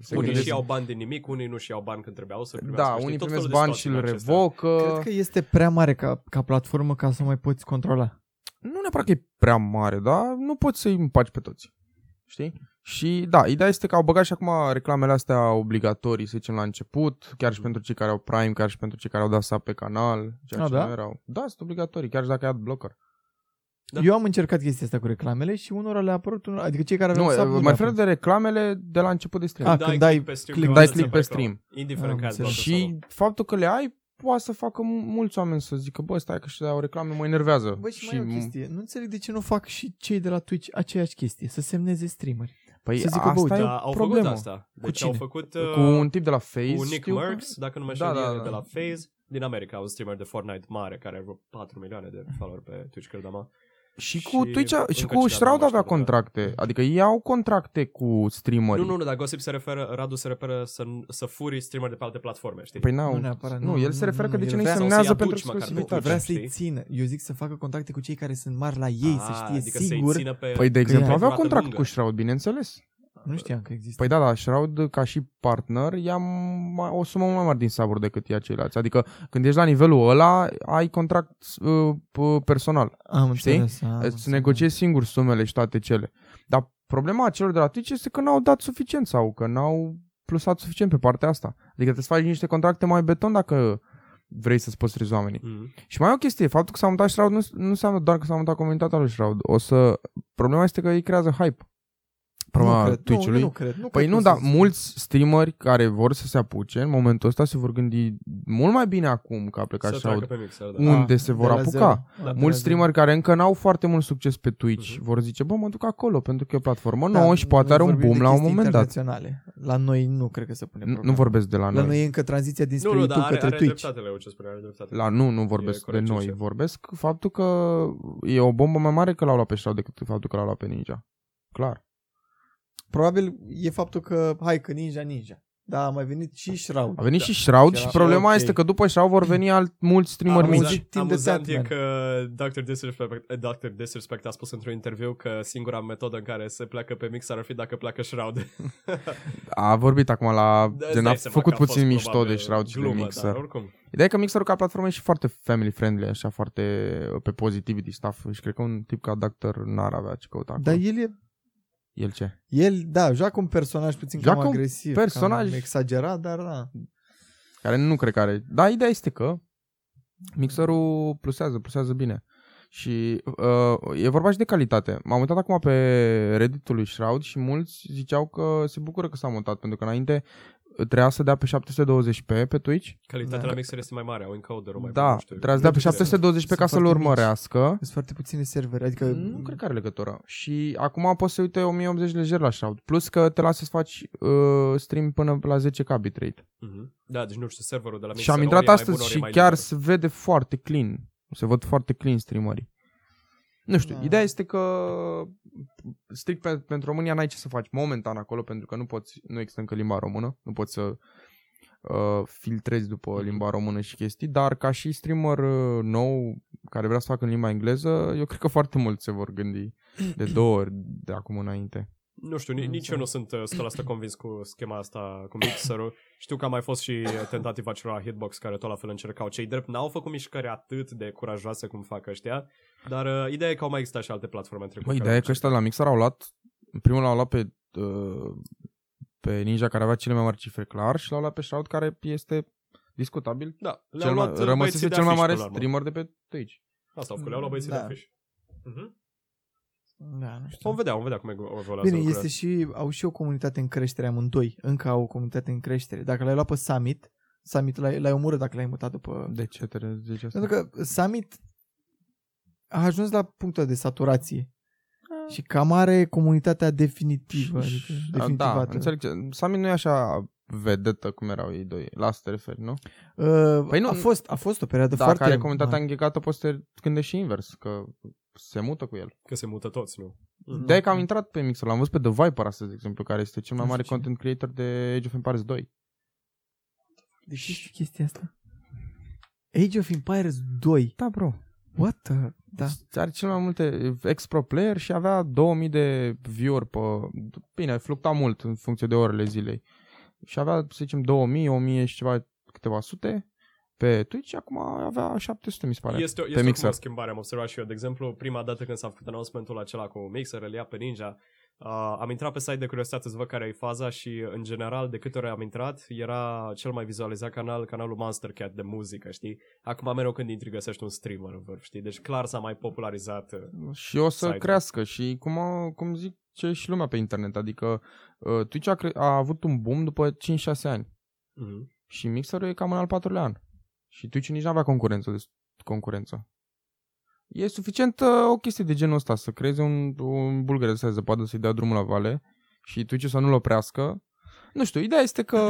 Speaker 3: se
Speaker 4: Unii
Speaker 3: gândesc...
Speaker 4: și iau bani din nimic, unii nu și iau bani când trebuiau să primească.
Speaker 3: da,
Speaker 4: știi,
Speaker 3: unii
Speaker 4: tot
Speaker 3: primesc
Speaker 4: felul de
Speaker 3: bani și
Speaker 4: situații
Speaker 3: îl
Speaker 4: din acestea.
Speaker 3: revocă.
Speaker 2: Cred că este prea mare ca, ca platformă ca să o mai poți controla.
Speaker 3: Nu neapărat că e prea mare, dar nu poți să-i împaci pe toți. Știi? Și da, ideea este că au băgat și acum reclamele astea obligatorii, să zicem, la început, chiar și
Speaker 2: Mm.
Speaker 3: pentru cei care au Prime, chiar și pentru cei care au dat sub pe canal, ceea
Speaker 2: Ah,
Speaker 3: ce
Speaker 2: da?
Speaker 3: nu erau. Da, sunt obligatorii, chiar și dacă ai ad blocker.
Speaker 4: Da.
Speaker 2: Da. Eu am încercat chestia asta cu reclamele și unora le-a apărut, unora, adică cei care aveau sub,
Speaker 3: Nu,
Speaker 2: le-a
Speaker 3: mă refer
Speaker 2: apărut.
Speaker 3: de reclamele de la început de stream.
Speaker 2: Ah, când dai
Speaker 4: click pe stream,
Speaker 2: click-
Speaker 4: că
Speaker 3: dai
Speaker 4: o să
Speaker 3: click pe
Speaker 4: se facă,
Speaker 3: stream.
Speaker 4: Indiferent
Speaker 2: Am
Speaker 4: că ai
Speaker 2: înțeles.
Speaker 4: blocat sau nu.
Speaker 3: Și faptul că le ai poate să facă mu- mulți oameni să zică, bă, stai că și dau reclame, mă enervează.
Speaker 2: Bă, și, mai e o chestie. Nu înțeleg de ce nu fac și cei de la Twitch aceeași chestie, să semneze streameri.
Speaker 3: păi
Speaker 2: să zică, bă,
Speaker 3: asta
Speaker 2: uite,
Speaker 3: e
Speaker 4: Da,
Speaker 3: o
Speaker 4: au
Speaker 3: problemă.
Speaker 4: făcut asta. Deci au
Speaker 2: cine?
Speaker 4: făcut
Speaker 3: Cu un tip de la Face,
Speaker 4: cu Nick
Speaker 3: știu,
Speaker 4: Merckx, dacă nu mă
Speaker 3: Da,
Speaker 4: știu,
Speaker 3: da,
Speaker 4: da,
Speaker 3: da.
Speaker 4: de la FaZe, din America, un streamer de Fortnite mare, care are vreo 4 milioane de follower pe Twitch, cred am.
Speaker 3: Și cu
Speaker 4: și
Speaker 3: Twitch,
Speaker 4: încă
Speaker 3: și cu
Speaker 4: cineva,
Speaker 3: Shroud
Speaker 4: nu știu,
Speaker 3: avea
Speaker 4: da.
Speaker 3: contracte. Adică ei au contracte cu streameri.
Speaker 4: Nu, nu, nu, dar Gossip se referă, Radu se referă să, să furi streamer de pe alte platforme, știi?
Speaker 3: Păi n-au.
Speaker 2: Nu neapărat,
Speaker 3: nu,
Speaker 2: nu,
Speaker 3: el
Speaker 2: nu,
Speaker 3: se referă
Speaker 2: nu,
Speaker 3: că de
Speaker 2: el
Speaker 3: ce nu-i
Speaker 2: vrea-
Speaker 4: sau să-i
Speaker 3: semnează
Speaker 4: aduci
Speaker 3: pentru
Speaker 4: măcar pe
Speaker 2: Nu,
Speaker 4: Twitch,
Speaker 2: dar
Speaker 3: exclusivitate.
Speaker 2: vrea să-i
Speaker 4: știi?
Speaker 2: țină. Eu zic să facă contacte cu cei care sunt mari la ei, să
Speaker 4: Ah,
Speaker 2: știe
Speaker 4: adică să-i
Speaker 2: sigur.
Speaker 4: țină pe,
Speaker 3: Păi, de exemplu,
Speaker 2: Pe
Speaker 3: avea
Speaker 4: roată
Speaker 3: contract
Speaker 4: lungă.
Speaker 3: cu Shroud, bineînțeles.
Speaker 2: Nu știam că există.
Speaker 3: Păi da, da, Shroud ca și partner ia mai, o sumă mult mai mare din sabur decât ia ceilalți. Adică când ești la nivelul ăla, ai contract uh, p- personal.
Speaker 2: am
Speaker 3: știi?
Speaker 2: înțeles. Am
Speaker 3: Îți
Speaker 2: înțeles.
Speaker 3: negociezi singur sumele și toate cele. Dar problema celor de la Twitch este că n-au dat suficient sau că n-au plusat suficient pe partea asta. Adică trebuie să faci niște contracte mai beton dacă vrei să-ți păstrezi oamenii.
Speaker 4: Mhm.
Speaker 3: Și mai e o chestie, faptul că s-a mutat Shroud nu, nu înseamnă doar că s-a mutat comunitatea lui Shroud. O să... Problema este că ei creează hype. Problema
Speaker 2: Nu cred,
Speaker 3: Twitch-ului.
Speaker 2: Nu, nu cred. Nu
Speaker 3: Păi
Speaker 2: cred
Speaker 3: nu,
Speaker 2: că
Speaker 3: dar
Speaker 2: să-
Speaker 3: mulți streameri care vor să se apuce, în momentul ăsta se vor gândi mult mai bine acum că a plecat
Speaker 4: Să
Speaker 3: și
Speaker 4: treacă
Speaker 3: au
Speaker 4: pe Mixer, da.
Speaker 3: unde
Speaker 2: Ah,
Speaker 3: se
Speaker 2: de
Speaker 3: vor
Speaker 2: la
Speaker 3: apuca.
Speaker 2: zero. Ah, de la
Speaker 3: Mulți
Speaker 2: zero.
Speaker 3: streameri care încă n-au foarte mult succes pe Twitch
Speaker 4: Mhm.
Speaker 3: vor zice, bă, mă duc acolo pentru că e o platformă
Speaker 2: Da,
Speaker 3: nouă și poate
Speaker 2: noi
Speaker 3: are un
Speaker 2: vorbim
Speaker 3: boom
Speaker 2: de
Speaker 3: la un
Speaker 2: chestii
Speaker 3: moment dat.
Speaker 2: internaționale. La noi nu cred că se pune
Speaker 3: Nu,
Speaker 2: problema.
Speaker 3: nu vorbesc de la
Speaker 2: La
Speaker 3: noi.
Speaker 2: noi e încă tranziția dinspre
Speaker 4: Nu, nu, dar
Speaker 2: YouTube
Speaker 4: are,
Speaker 2: către
Speaker 4: are
Speaker 2: Twitch.
Speaker 4: dreptate, Leo, ce spune, are dreptate.
Speaker 3: La nu, nu vorbesc de
Speaker 4: corect ce
Speaker 3: noi,
Speaker 4: zice.
Speaker 3: vorbesc faptul că e o bombă mai mare că l-au luat pe Shroud decât faptul că l-au luat pe Ninja. Clar.
Speaker 2: Probabil e faptul că, hai că Ninja Ninja. Da, a mai venit și Shroud.
Speaker 3: A venit
Speaker 4: Da.
Speaker 3: și Shroud
Speaker 2: Și
Speaker 3: și
Speaker 2: a-
Speaker 3: problema
Speaker 2: ok.
Speaker 3: este că după Shroud vor veni alt, mulți streameri
Speaker 2: Amuzant.
Speaker 3: mici.
Speaker 2: timp de
Speaker 4: amuzant e
Speaker 2: Batman.
Speaker 4: că Dr. Disrespect, eh, Dr. Disrespect a spus într-un interviu că singura metodă în care se pleacă pe Mixer ar fi dacă pleacă Shroud. *laughs*
Speaker 3: A vorbit acum la...
Speaker 4: Da, îți
Speaker 3: gen, a
Speaker 4: dai seama
Speaker 3: făcut
Speaker 4: că a
Speaker 3: puțin
Speaker 4: fost
Speaker 3: mișto de
Speaker 4: probabil
Speaker 3: Shroud și de
Speaker 4: glumă,
Speaker 3: Mixer.
Speaker 4: Dar, oricum.
Speaker 3: Ideea e că Mixerul ca platformă e și foarte family friendly, așa, foarte uh, pe positivity stuff. Și cred că un tip ca Dr. n-ar avea ce căuta
Speaker 2: Dar
Speaker 3: acolo.
Speaker 2: el e,
Speaker 3: El ce?
Speaker 2: el, da, joacă un personaj puțin
Speaker 3: Joacă
Speaker 2: cam
Speaker 3: un
Speaker 2: agresiv.
Speaker 3: personaj.
Speaker 2: Cam exagerat, dar da.
Speaker 3: Care nu cred că are... Dar ideea este că Mixerul plusează, plusează bine. Și uh, e vorba și de calitate. M-am uitat acum pe Reddit-ul lui Shroud și mulți ziceau că se bucură că s-a mutat, pentru că înainte uh, trebuia să dea pe 720p pe Twitch
Speaker 4: Calitatea
Speaker 2: Da.
Speaker 4: la Mixer este mai mare, au encoder-ul mai
Speaker 3: da,
Speaker 4: bun, nu știu. Deci,
Speaker 3: trebuie să dea pe
Speaker 4: Nu știu.
Speaker 3: 720
Speaker 2: Sunt
Speaker 3: ca să-l
Speaker 2: foarte mici.
Speaker 3: urmărească.
Speaker 2: Sunt foarte puține servere, adică...
Speaker 3: Nu cred că are legătură. Și acum poți să uite 1080 lejer la Shroud. Plus că te lasă să faci uh, stream până la 10k bitrate.
Speaker 4: Mhm. Da, deci nu știu, serverul de la
Speaker 3: Și
Speaker 4: Mixer
Speaker 3: am
Speaker 4: ori
Speaker 3: intrat
Speaker 4: e mai bun,
Speaker 3: astăzi
Speaker 4: ori e
Speaker 3: și
Speaker 4: mai
Speaker 3: chiar
Speaker 4: liber.
Speaker 3: se vede foarte clean. Se văd foarte clean streamerii. Nu știu,
Speaker 2: Da.
Speaker 3: ideea este că strict pe, pentru România n-ai ce să faci momentan acolo pentru că nu poți, nu există încă limba română, nu poți să uh, filtrezi după
Speaker 4: Mhm.
Speaker 3: limba română și chestii, dar ca și streamer uh, nou care vrea să facă în limba engleză, eu cred că foarte mulți se vor gândi de două ori de acum înainte.
Speaker 4: Nu știu, ni- nici eu nu sunt uh,
Speaker 3: *clears throat*
Speaker 4: 100% convins cu schema asta, cu mixerul. Știu că a mai fost și uh, tentativa celor la Hitbox care tot la fel încercau. Cei drept n-au făcut mișcări atât de curajoase cum fac ăștia, dar uh, ideea e că au mai existat și alte platforme în trecut.
Speaker 3: Bă,
Speaker 4: care
Speaker 3: ideea e
Speaker 4: au
Speaker 3: că
Speaker 4: încercat.
Speaker 3: ăștia de la Mixer au luat primul l-au luat pe, uh, pe Ninja care avea cele mai mari cifre clar și l-au luat pe Shroud care este discutabil.
Speaker 4: Da,
Speaker 3: Cel
Speaker 4: le-au
Speaker 3: mai,
Speaker 4: luat uh,
Speaker 3: rămăsese
Speaker 4: băieții de
Speaker 3: cel mai
Speaker 4: afiș,
Speaker 3: mare
Speaker 4: până la urmă.
Speaker 3: streamer de pe Twitch.
Speaker 4: Asta au făcut, le-au luat băieții
Speaker 2: Da.
Speaker 4: de afiș. Mhm.
Speaker 2: Da, nu știu.
Speaker 4: Vom vedea, vom vedea cum evoluează
Speaker 2: Bine, este și, au și o comunitate în creștere amândoi. Încă au o comunitate în creștere. Dacă l-ai luat pe Summit, Summit l-ai, l-ai omorât dacă l-ai mutat după...
Speaker 3: De ce te zici asta?
Speaker 2: Pentru că Summit a ajuns la punctul de saturație. Și cam are comunitatea definitivă. Adică
Speaker 3: da,
Speaker 2: definitivată.
Speaker 3: înțeleg. ce- Sami nu e așa vedetă cum erau ei doi. La asta te referi, nu?
Speaker 2: Uh,
Speaker 3: Păi
Speaker 2: păi
Speaker 3: nu-
Speaker 2: nu, a, fost, a fost o perioadă
Speaker 3: Dacă
Speaker 2: foarte...
Speaker 3: are comunitatea înghecată, poți să te gândești și invers, că se mută cu el.
Speaker 4: Că se mută toți, nu? Mhm.
Speaker 2: Da.
Speaker 3: de că am intrat pe Mixer, l-am văzut pe The Viper astăzi, de exemplu, care este cel mai
Speaker 2: Nu
Speaker 3: mare
Speaker 2: știu cine.
Speaker 3: content creator de Age of Empires 2.
Speaker 2: De Deci, ce știi chestia asta? Age of Empires 2.
Speaker 3: Da, bro.
Speaker 2: What the... Da.
Speaker 3: Are cel mai multe ex-pro player și avea 2000 de viewer pe... Bine, flucta mult în funcție de orele zilei. Și avea, să zicem, 2000, 1000 și ceva, câteva sute pe Twitch și acum avea 700, mi se pare.
Speaker 4: Este, o, este
Speaker 3: Mixer.
Speaker 4: o schimbare, am observat și eu. De exemplu, prima dată când s-a făcut announcementul acela cu Mixer, îl ia pe Ninja, uh, am intrat pe site de curiozitate să văd care e faza și, în general, de câte ori am intrat, era cel mai vizualizat canal, canalul Monster Cat de muzică, știi? Acum mereu când intri găsești un streamer în vârf, știi? Deci clar s-a mai popularizat. uh,
Speaker 2: Mm-hmm.
Speaker 3: Și o să
Speaker 4: Side.
Speaker 3: crească și cum, a- cum zic ce și lumea pe internet, adică uh, Twitch a, cre- a avut un boom după 5-6 ani.
Speaker 4: Mhm.
Speaker 3: Și mixerul e cam în al patrulea an. Și Twitch nici n-avea concurență. Deci concurență. E suficient uh, o chestie de genul ăsta, să creezi un, un bulgăre de zăpadă să-i dea drumul la vale și Twitch să nu-l oprească. Nu știu, ideea este că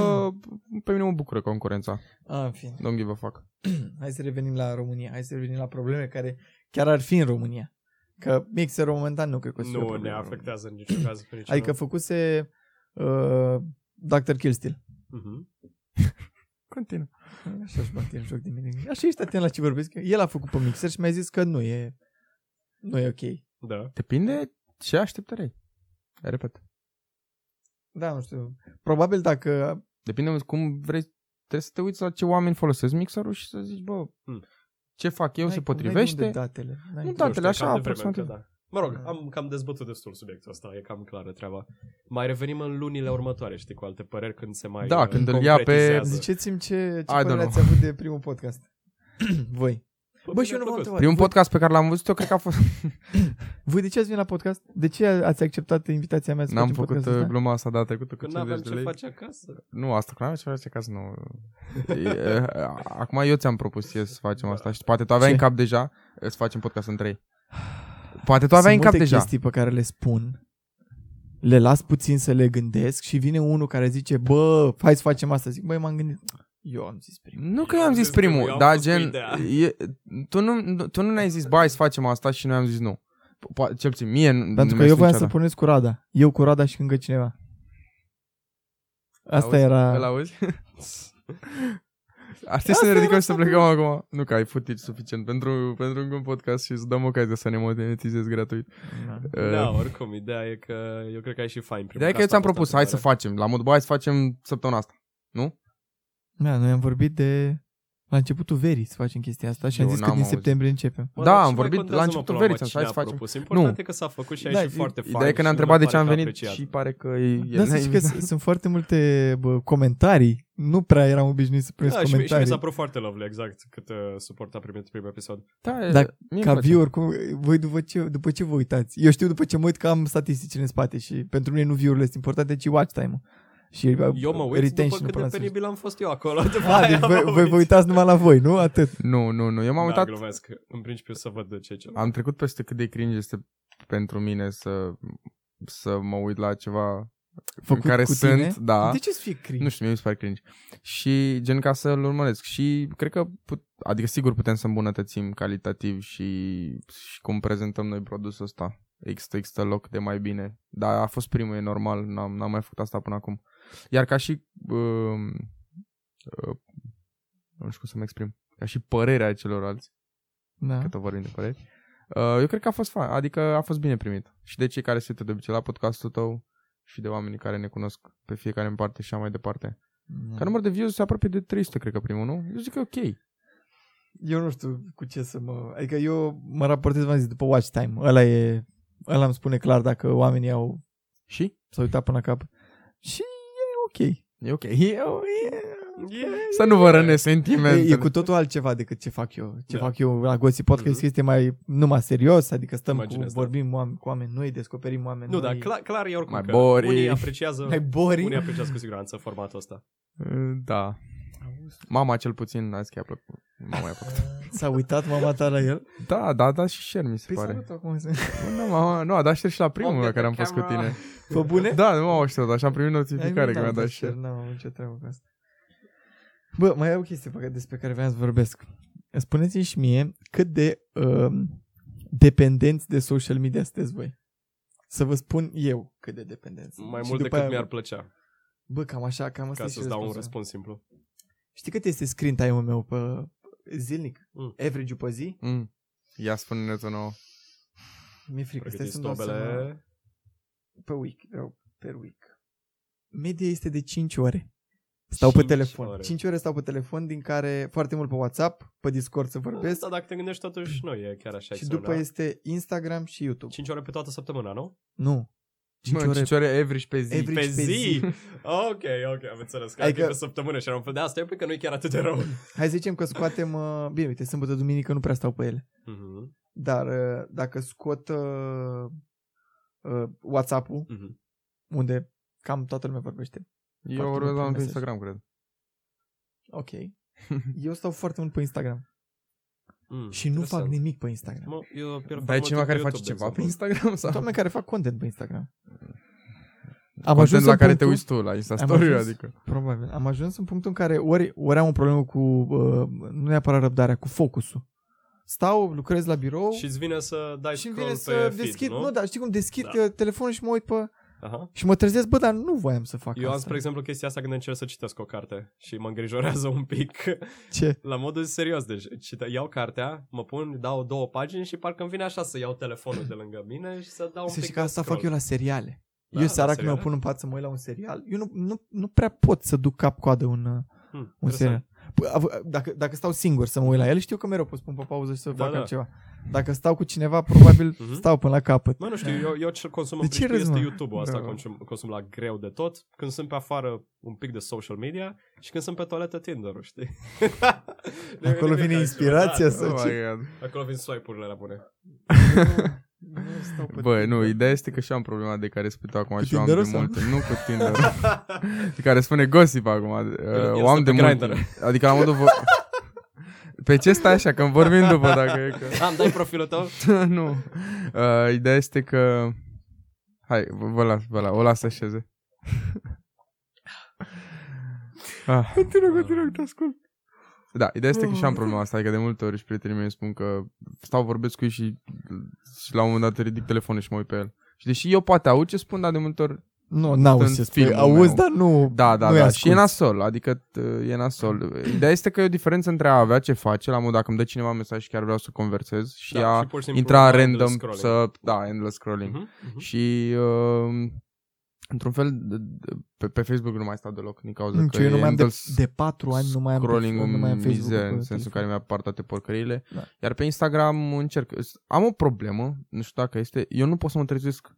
Speaker 3: pe mine mă bucură concurența.
Speaker 2: A, Ah, în fine.
Speaker 3: Don't give a fuck.
Speaker 2: Hai să revenim la România. Hai să revenim la probleme care chiar ar fi în România. Că mixerul momentan nu cred că o să fie Păi, o
Speaker 4: Nu ne
Speaker 2: problemă.
Speaker 4: afectează în niciun caz. pe niciun
Speaker 2: Adică
Speaker 4: alt.
Speaker 2: făcuse uh, Dr. *laughs* Killstil.
Speaker 4: Mhm.
Speaker 3: Continuă.
Speaker 2: Așa își bate în joc de mine. Așa ești atent la ce vorbesc. El a făcut pe mixer și mi-a zis că nu e, nu e ok.
Speaker 4: Da.
Speaker 3: Depinde ce așteptări ai. Repet.
Speaker 2: Da, nu știu. Probabil dacă...
Speaker 3: Depinde cum vrei. Trebuie să te uiți la ce oameni folosesc mixerul și să zici, bă,
Speaker 4: Hmm.
Speaker 3: ce fac eu
Speaker 2: n-ai
Speaker 3: se
Speaker 2: cum- n-ai de
Speaker 3: potrivește.
Speaker 2: unde datele. N-ai
Speaker 3: Nu,
Speaker 2: cum.
Speaker 3: da,
Speaker 4: Nu știu,
Speaker 3: Datele
Speaker 4: e cam
Speaker 3: așa,
Speaker 4: devreme
Speaker 3: aproximativ.
Speaker 4: încă, da. Mă rog, am cam dezbătut destul subiectul ăsta, e cam clară treaba. Mai revenim în lunile următoare, știi, cu alte păreri, când se mai
Speaker 3: Da,
Speaker 4: uh,
Speaker 3: când îl ia pe-
Speaker 4: concretizează.
Speaker 2: Ziceți-mi ce, ce
Speaker 3: I don't
Speaker 2: părere
Speaker 3: know.
Speaker 2: ați avut de primul podcast. *clears throat* Voi.
Speaker 4: Bă,
Speaker 2: Bă,
Speaker 4: mi-a
Speaker 2: și eu nu m-am
Speaker 4: plăcut.
Speaker 2: întrebat.
Speaker 3: Primul
Speaker 2: voi,
Speaker 3: podcast pe care l-am văzut eu cred că a fost...
Speaker 2: voi de ce ați venit la podcast? De ce ați acceptat invitația mea să
Speaker 3: N-am
Speaker 2: facem
Speaker 3: făcut
Speaker 2: podcastul
Speaker 3: uh,
Speaker 2: ăsta?
Speaker 3: gluma asta data trecută cu
Speaker 4: Când n-aveam
Speaker 3: 50 de
Speaker 4: ce
Speaker 3: lei.
Speaker 4: face acasă.
Speaker 3: Nu, asta că n-aveam ce face acasă, nu. E, *laughs* e, Acum eu ți-am propus eu să facem asta și poate tu aveai
Speaker 2: Ce?
Speaker 3: în cap deja e, să facem podcast în trei. Poate tu aveai
Speaker 2: Sunt
Speaker 3: în
Speaker 2: multe
Speaker 3: cap deja.
Speaker 2: chestii pe care le spun, le las puțin să le gândesc și vine unul care zice, bă, hai să facem asta. Zic, băi, m-am gândit. Eu am zis primul.
Speaker 3: Nu că
Speaker 4: Eu
Speaker 3: eu am
Speaker 4: am
Speaker 3: zis
Speaker 4: zis că eu
Speaker 3: primul,
Speaker 4: am
Speaker 3: dar
Speaker 4: fost cu
Speaker 3: gen,
Speaker 4: ideea.
Speaker 3: e, tu, nu, tu nu ne-ai zis, bai, să facem asta și noi am zis nu. Po- Po- cel puțin mie nu
Speaker 2: Pentru
Speaker 3: nu
Speaker 2: că eu
Speaker 3: mi-a
Speaker 2: voiam să
Speaker 3: niciodată.
Speaker 2: pornesc cu Rada. Eu cu Rada și încă cineva. Asta
Speaker 3: Auzi?
Speaker 2: era...
Speaker 3: Îl
Speaker 2: *laughs*
Speaker 3: auzi? Ar trebui să ne ridicăm și să plecăm acum. Nu că ai footage suficient pentru, pentru încă un podcast și să dăm ocazia să ne monetizezi gratuit. Uh,
Speaker 4: Da, oricum, ideea e că eu cred că ai și fain primul.
Speaker 3: Ideea e că eu ți-am propus, hai să facem, la mod bă, hai să facem săptămâna asta.
Speaker 2: Da, noi am vorbit de... La începutul verii să facem chestia asta și
Speaker 3: Eu
Speaker 2: am zis că
Speaker 3: n-am
Speaker 2: din
Speaker 3: auzit.
Speaker 2: septembrie începem.
Speaker 3: Da, am vorbit la începutul verii, ți-am zis, hai să facem.
Speaker 4: Important
Speaker 3: Nu.
Speaker 4: e că s-a făcut și ai
Speaker 2: Da,
Speaker 4: și
Speaker 2: e-
Speaker 4: foarte fain.
Speaker 3: Ideea e că ne-a
Speaker 4: și
Speaker 3: întrebat de
Speaker 4: mi
Speaker 3: ce
Speaker 4: se
Speaker 3: am
Speaker 4: pare
Speaker 3: venit
Speaker 4: că a apreciat.
Speaker 3: și pare că e...
Speaker 2: Da, să zic că s- sunt foarte multe bă, comentarii. Nu prea eram obișnuit să primesc
Speaker 4: Da, și, mi- și mi
Speaker 2: comentarii.
Speaker 4: s-a părut foarte lovely, exact, cât uh, suport a primit primul episod.
Speaker 2: Dar
Speaker 3: da, mie
Speaker 2: Ca
Speaker 3: îmi place.
Speaker 2: viewer, cum, voi după ce, după ce vă uitați? Eu știu după ce mă uit că am statisticile în spate și pentru mine nu view-urile sunt importante, ci deci watch time-ul. Și uh,
Speaker 4: Eu mă uit după cât de
Speaker 2: până la sfârșit.
Speaker 4: penibil am fost eu acolo. după
Speaker 3: Da,
Speaker 2: A,
Speaker 4: aia mă
Speaker 2: deci
Speaker 3: *laughs*
Speaker 2: voi, voi
Speaker 4: uit.
Speaker 2: vă uitați numai la voi, nu? Atât.
Speaker 3: Nu, nu, nu, eu m-am
Speaker 4: da,
Speaker 3: uitat,
Speaker 4: glumesc. În principiu să văd de ce ce.
Speaker 3: am trecut peste cât de cringe este pentru mine să, să mă uit la ceva
Speaker 2: Făcut
Speaker 3: în care
Speaker 2: cu
Speaker 3: sunt,
Speaker 2: tine?
Speaker 3: da.
Speaker 2: De ce să fie cringe?
Speaker 3: Nu știu, mie mi se pare cringe. Și gen ca să-l urmăresc. Și cred că, put, adică sigur putem să îmbunătățim calitativ și, și cum prezentăm noi produsul ăsta. Există, există loc de mai bine. Dar a fost primul, e normal, n-am, n-am mai făcut asta până acum. Iar ca și... Uh, uh, nu știu cum să mă exprim. Ca și părerea celorlalți
Speaker 2: Da.
Speaker 3: că tot vorbim de păreri. Uh, Eu cred că a fost fan, adică a fost bine primit. Și de cei care se uită de obicei la podcastul tău și de oamenii care ne cunosc pe fiecare în parte și așa mai departe. Ca număr de views se apropie de 300, cred că primul, nu? Eu zic că e ok.
Speaker 2: Eu nu știu cu ce să mă... Adică eu mă raportez, v-am zis, după watch time. Ăla e... Ăla îmi spune clar dacă oamenii au
Speaker 3: Și?
Speaker 2: S-a uitat până la cap. Și e ok.
Speaker 3: E ok. E, o- e...
Speaker 4: Yeah.
Speaker 3: Să nu vă rănesc
Speaker 2: E,
Speaker 3: sentimentele.
Speaker 2: e cu totul altceva decât ce fac eu. Ce
Speaker 4: Da.
Speaker 2: da. fac eu la Gossip Podcast
Speaker 4: Mhm.
Speaker 2: mm-hmm. este mai numai serios, adică stăm cu,
Speaker 4: Imaginez, da.
Speaker 2: vorbim oameni, cu oameni noi, descoperim oameni
Speaker 4: Nu,
Speaker 2: noi.
Speaker 4: dar clar, clar e oricum
Speaker 3: Mai
Speaker 4: că
Speaker 3: boring.
Speaker 4: unii apreciază,
Speaker 2: Mai boring.
Speaker 4: unii apreciază cu siguranță formatul ăsta.
Speaker 3: Da. Mama cel puțin azi chiar a plăcut. Mama i-a plăcut.
Speaker 2: S-a uitat mama ta la
Speaker 4: Păi
Speaker 2: el?
Speaker 3: Da, da, da și share mi se
Speaker 2: Păi
Speaker 3: pare.
Speaker 2: salut acum.
Speaker 4: *laughs*
Speaker 3: Nu, mama, nu, a dat share și la primul
Speaker 4: Open
Speaker 3: la care
Speaker 4: the
Speaker 3: am fost cu
Speaker 4: camera.
Speaker 3: tine.
Speaker 2: Pe bune?
Speaker 3: Da, nu m-am așteptat, așa am primit
Speaker 2: Ai,
Speaker 3: notificare
Speaker 2: nu
Speaker 3: că mi-a
Speaker 2: am
Speaker 3: dat
Speaker 2: dat
Speaker 3: share.
Speaker 2: N-am avut ce treabă cu asta. Bă, mai e o chestie pe care- despre care vreau să vorbesc. Spuneți-mi și mie cât de um, dependenți de social media sunteți voi. Să vă spun eu cât de dependenți.
Speaker 4: Mai
Speaker 2: Și
Speaker 4: mult
Speaker 2: după
Speaker 4: decât
Speaker 2: aia-
Speaker 4: mi-ar plăcea,
Speaker 2: Bă, cam așa, cam asta
Speaker 4: ca
Speaker 2: e
Speaker 4: să-ți
Speaker 2: și
Speaker 4: dau un
Speaker 2: răspunsul.
Speaker 4: răspuns simplu.
Speaker 2: Știi cât este screen time-ul meu pe zilnic?
Speaker 4: Mm.
Speaker 2: Average-ul pe zi?
Speaker 3: Mm. Ia spune-ne tu nouă.
Speaker 2: Mi-e frică, stai
Speaker 4: Pregătiți
Speaker 2: să-mi dau seama.
Speaker 4: tobele.
Speaker 2: Pe week, vreau per week. Media este de 5 ore. Stau pe
Speaker 4: Cinci
Speaker 2: telefon.
Speaker 4: ore.
Speaker 2: 5 ore stau pe telefon, din care foarte mult pe WhatsApp, pe Discord să vorbesc.
Speaker 4: Asta Da, dacă te gândești totuși nu e chiar așa
Speaker 2: și după este Instagram și YouTube.
Speaker 4: 5 ore pe toată săptămâna, nu?
Speaker 2: Nu. 5
Speaker 3: Mă,
Speaker 2: ore.
Speaker 3: 5 ore average pe zi.
Speaker 4: Pe
Speaker 2: Average Pe
Speaker 4: zi?
Speaker 2: zi.
Speaker 4: ok, ok, am înțeles că adică...
Speaker 2: Adică-
Speaker 4: pe săptămână și am făcut de asta, eu cred că nu e chiar atât de rău.
Speaker 2: Hai să zicem că scoatem... uh, Bine, uite, sâmbătă, duminică nu prea stau pe ele.
Speaker 4: Mhm,
Speaker 2: Dar uh, dacă scot uh, uh, WhatsApp-ul,
Speaker 4: mhm.
Speaker 2: unde cam toată lumea vorbește.
Speaker 3: Eu
Speaker 2: Foarte
Speaker 3: vorbesc
Speaker 2: mult
Speaker 3: doar pe
Speaker 2: mesaj.
Speaker 3: Instagram, cred.
Speaker 4: *laughs*
Speaker 2: Ok. Eu stau foarte mult pe Instagram.
Speaker 4: Mm,
Speaker 2: Și nu fac
Speaker 4: interesant.
Speaker 2: nimic pe
Speaker 4: *laughs*
Speaker 2: Instagram.
Speaker 4: Mă, eu pierd
Speaker 3: Dar e
Speaker 4: mult
Speaker 3: cineva
Speaker 4: timp
Speaker 3: care
Speaker 4: pe
Speaker 3: face
Speaker 4: YouTube,
Speaker 3: ceva
Speaker 4: de exemplu.
Speaker 3: pe Instagram sau?
Speaker 2: Sunt oameni care fac content pe Instagram. Am
Speaker 3: Content
Speaker 2: ajuns
Speaker 3: la
Speaker 2: în
Speaker 3: care te
Speaker 2: punctul-
Speaker 3: uiți tu la Insta Story,
Speaker 2: ajuns-
Speaker 3: adică.
Speaker 2: Probabil. Am ajuns în punctul în care ori, ori am o problemă cu, uh, nu neapărat răbdarea, cu focusul. Stau, lucrez la birou
Speaker 4: Și îți vine să dai
Speaker 2: și
Speaker 4: și
Speaker 2: îmi
Speaker 4: scroll
Speaker 2: vine
Speaker 4: pe
Speaker 2: să
Speaker 4: feed,
Speaker 2: deschid,
Speaker 4: nu?
Speaker 2: nu? dar știi cum, deschid
Speaker 4: Da.
Speaker 2: da. telefonul și mă uit pe...
Speaker 4: Aha.
Speaker 2: Și mă trezesc, bă, dar nu voiam să fac
Speaker 4: Eu am,
Speaker 2: asta.
Speaker 4: spre exemplu, chestia asta când încerc să citesc o carte și mă îngrijorează *laughs* un pic.
Speaker 2: *laughs* Ce?
Speaker 4: La modul serios, deci cite- iau cartea, mă pun, dau două pagini și parcă îmi vine așa să iau telefonul de lângă mine și să dau un
Speaker 2: Să
Speaker 4: pic
Speaker 2: știi că asta
Speaker 4: scroll.
Speaker 2: fac eu la seriale.
Speaker 4: Da,
Speaker 2: Da, eu
Speaker 4: la
Speaker 2: seara când mă
Speaker 4: seriale?
Speaker 2: pun în pat să mă uit la un serial, eu nu, nu, nu prea pot să duc cap-coadă un, uh,
Speaker 4: Hmm,
Speaker 2: un
Speaker 4: interesant.
Speaker 2: serial. Păi, av- Dacă, dacă stau singur să mă uit la el, știu că mereu pot să pun pe pauză și să
Speaker 4: Da,
Speaker 2: da, fac
Speaker 4: da.
Speaker 2: da. ceva. Dacă stau cu cineva, probabil
Speaker 4: Mhm.
Speaker 2: stau până la capăt.
Speaker 4: Mă, nu știu, eu, eu ce consum în
Speaker 2: De ce
Speaker 4: principiu
Speaker 2: râzi,
Speaker 4: este
Speaker 2: mă?
Speaker 4: YouTube-ul asta,
Speaker 2: Da.
Speaker 4: consum, consum la greu de tot, când sunt pe afară un pic de social media și când sunt pe toaletă Tinder-ul,
Speaker 2: *laughs*
Speaker 4: știi? Nu e
Speaker 2: Acolo
Speaker 4: nimic
Speaker 2: vine
Speaker 4: altceva,
Speaker 2: inspirația
Speaker 4: da,
Speaker 2: să-
Speaker 4: da.
Speaker 3: Oh my God.
Speaker 4: Acolo vin swipe-urile la bune.
Speaker 2: Nu stau pe
Speaker 3: Bă, nu,
Speaker 2: Tinder.
Speaker 3: ideea este că și eu am problema de care spui tu acum
Speaker 2: da. Cu
Speaker 3: și eu am de
Speaker 2: Tinder-ul sau?
Speaker 3: mult. Nu cu Tinder.
Speaker 2: *laughs*
Speaker 3: de care spune gossip acum. Uh,
Speaker 4: el
Speaker 3: o am
Speaker 4: stă
Speaker 3: de
Speaker 4: pe
Speaker 3: mult.
Speaker 4: Grindr.
Speaker 3: Adică la modul... Vo-
Speaker 4: *laughs*
Speaker 3: pe ce stai așa? Când vorbim după dacă e că...
Speaker 4: Am, Ah, dai profilul
Speaker 2: *laughs*
Speaker 4: tău?
Speaker 3: *laughs* nu. Uh, ideea este că... Hai, vă, vă las, vă las, o las să așeze. *laughs* ah. Continuă,
Speaker 4: continuă,
Speaker 3: te ascult. Da, ideea este că și am problema asta, adică de multe ori și prietenii mei îmi spun că stau, vorbesc cu ei și, și la un moment dat ridic telefonul și mă uit pe el. Și deși eu poate aud ce spun, dar de multe ori
Speaker 2: Nu, n-auzi
Speaker 3: Sunt
Speaker 2: ce spui.
Speaker 3: filmul
Speaker 2: Auzi,
Speaker 3: meu.
Speaker 2: dar nu
Speaker 3: da, da,
Speaker 2: nu-i
Speaker 3: da.
Speaker 2: asculti.
Speaker 3: Și e nasol, adică t- e nasol. Ideea este că e o diferență între a avea ce face, la modul dacă îmi dă cineva un mesaj și chiar vreau să conversez și
Speaker 4: Da,
Speaker 3: a
Speaker 4: și pur și simplu
Speaker 3: intra
Speaker 4: endless
Speaker 3: random
Speaker 4: scrolling.
Speaker 3: să... Da, endless scrolling.
Speaker 4: Mhm, mhm.
Speaker 3: Și uh, într-un fel d- d- pe, pe Facebook nu mai stau deloc din cauza
Speaker 2: Mm,
Speaker 3: că
Speaker 2: eu nu
Speaker 3: e
Speaker 2: mai am de,
Speaker 3: endless
Speaker 2: de 4 ani, nu mai am, pe,
Speaker 3: scrolling
Speaker 2: nu mai am Facebook
Speaker 3: mizer,
Speaker 2: pe
Speaker 3: în sensul
Speaker 2: telefon.
Speaker 3: care mi-a apar toate porcările.
Speaker 2: Da.
Speaker 3: Iar pe Instagram încerc. Am o problemă, nu știu dacă este, eu nu pot să mă trezesc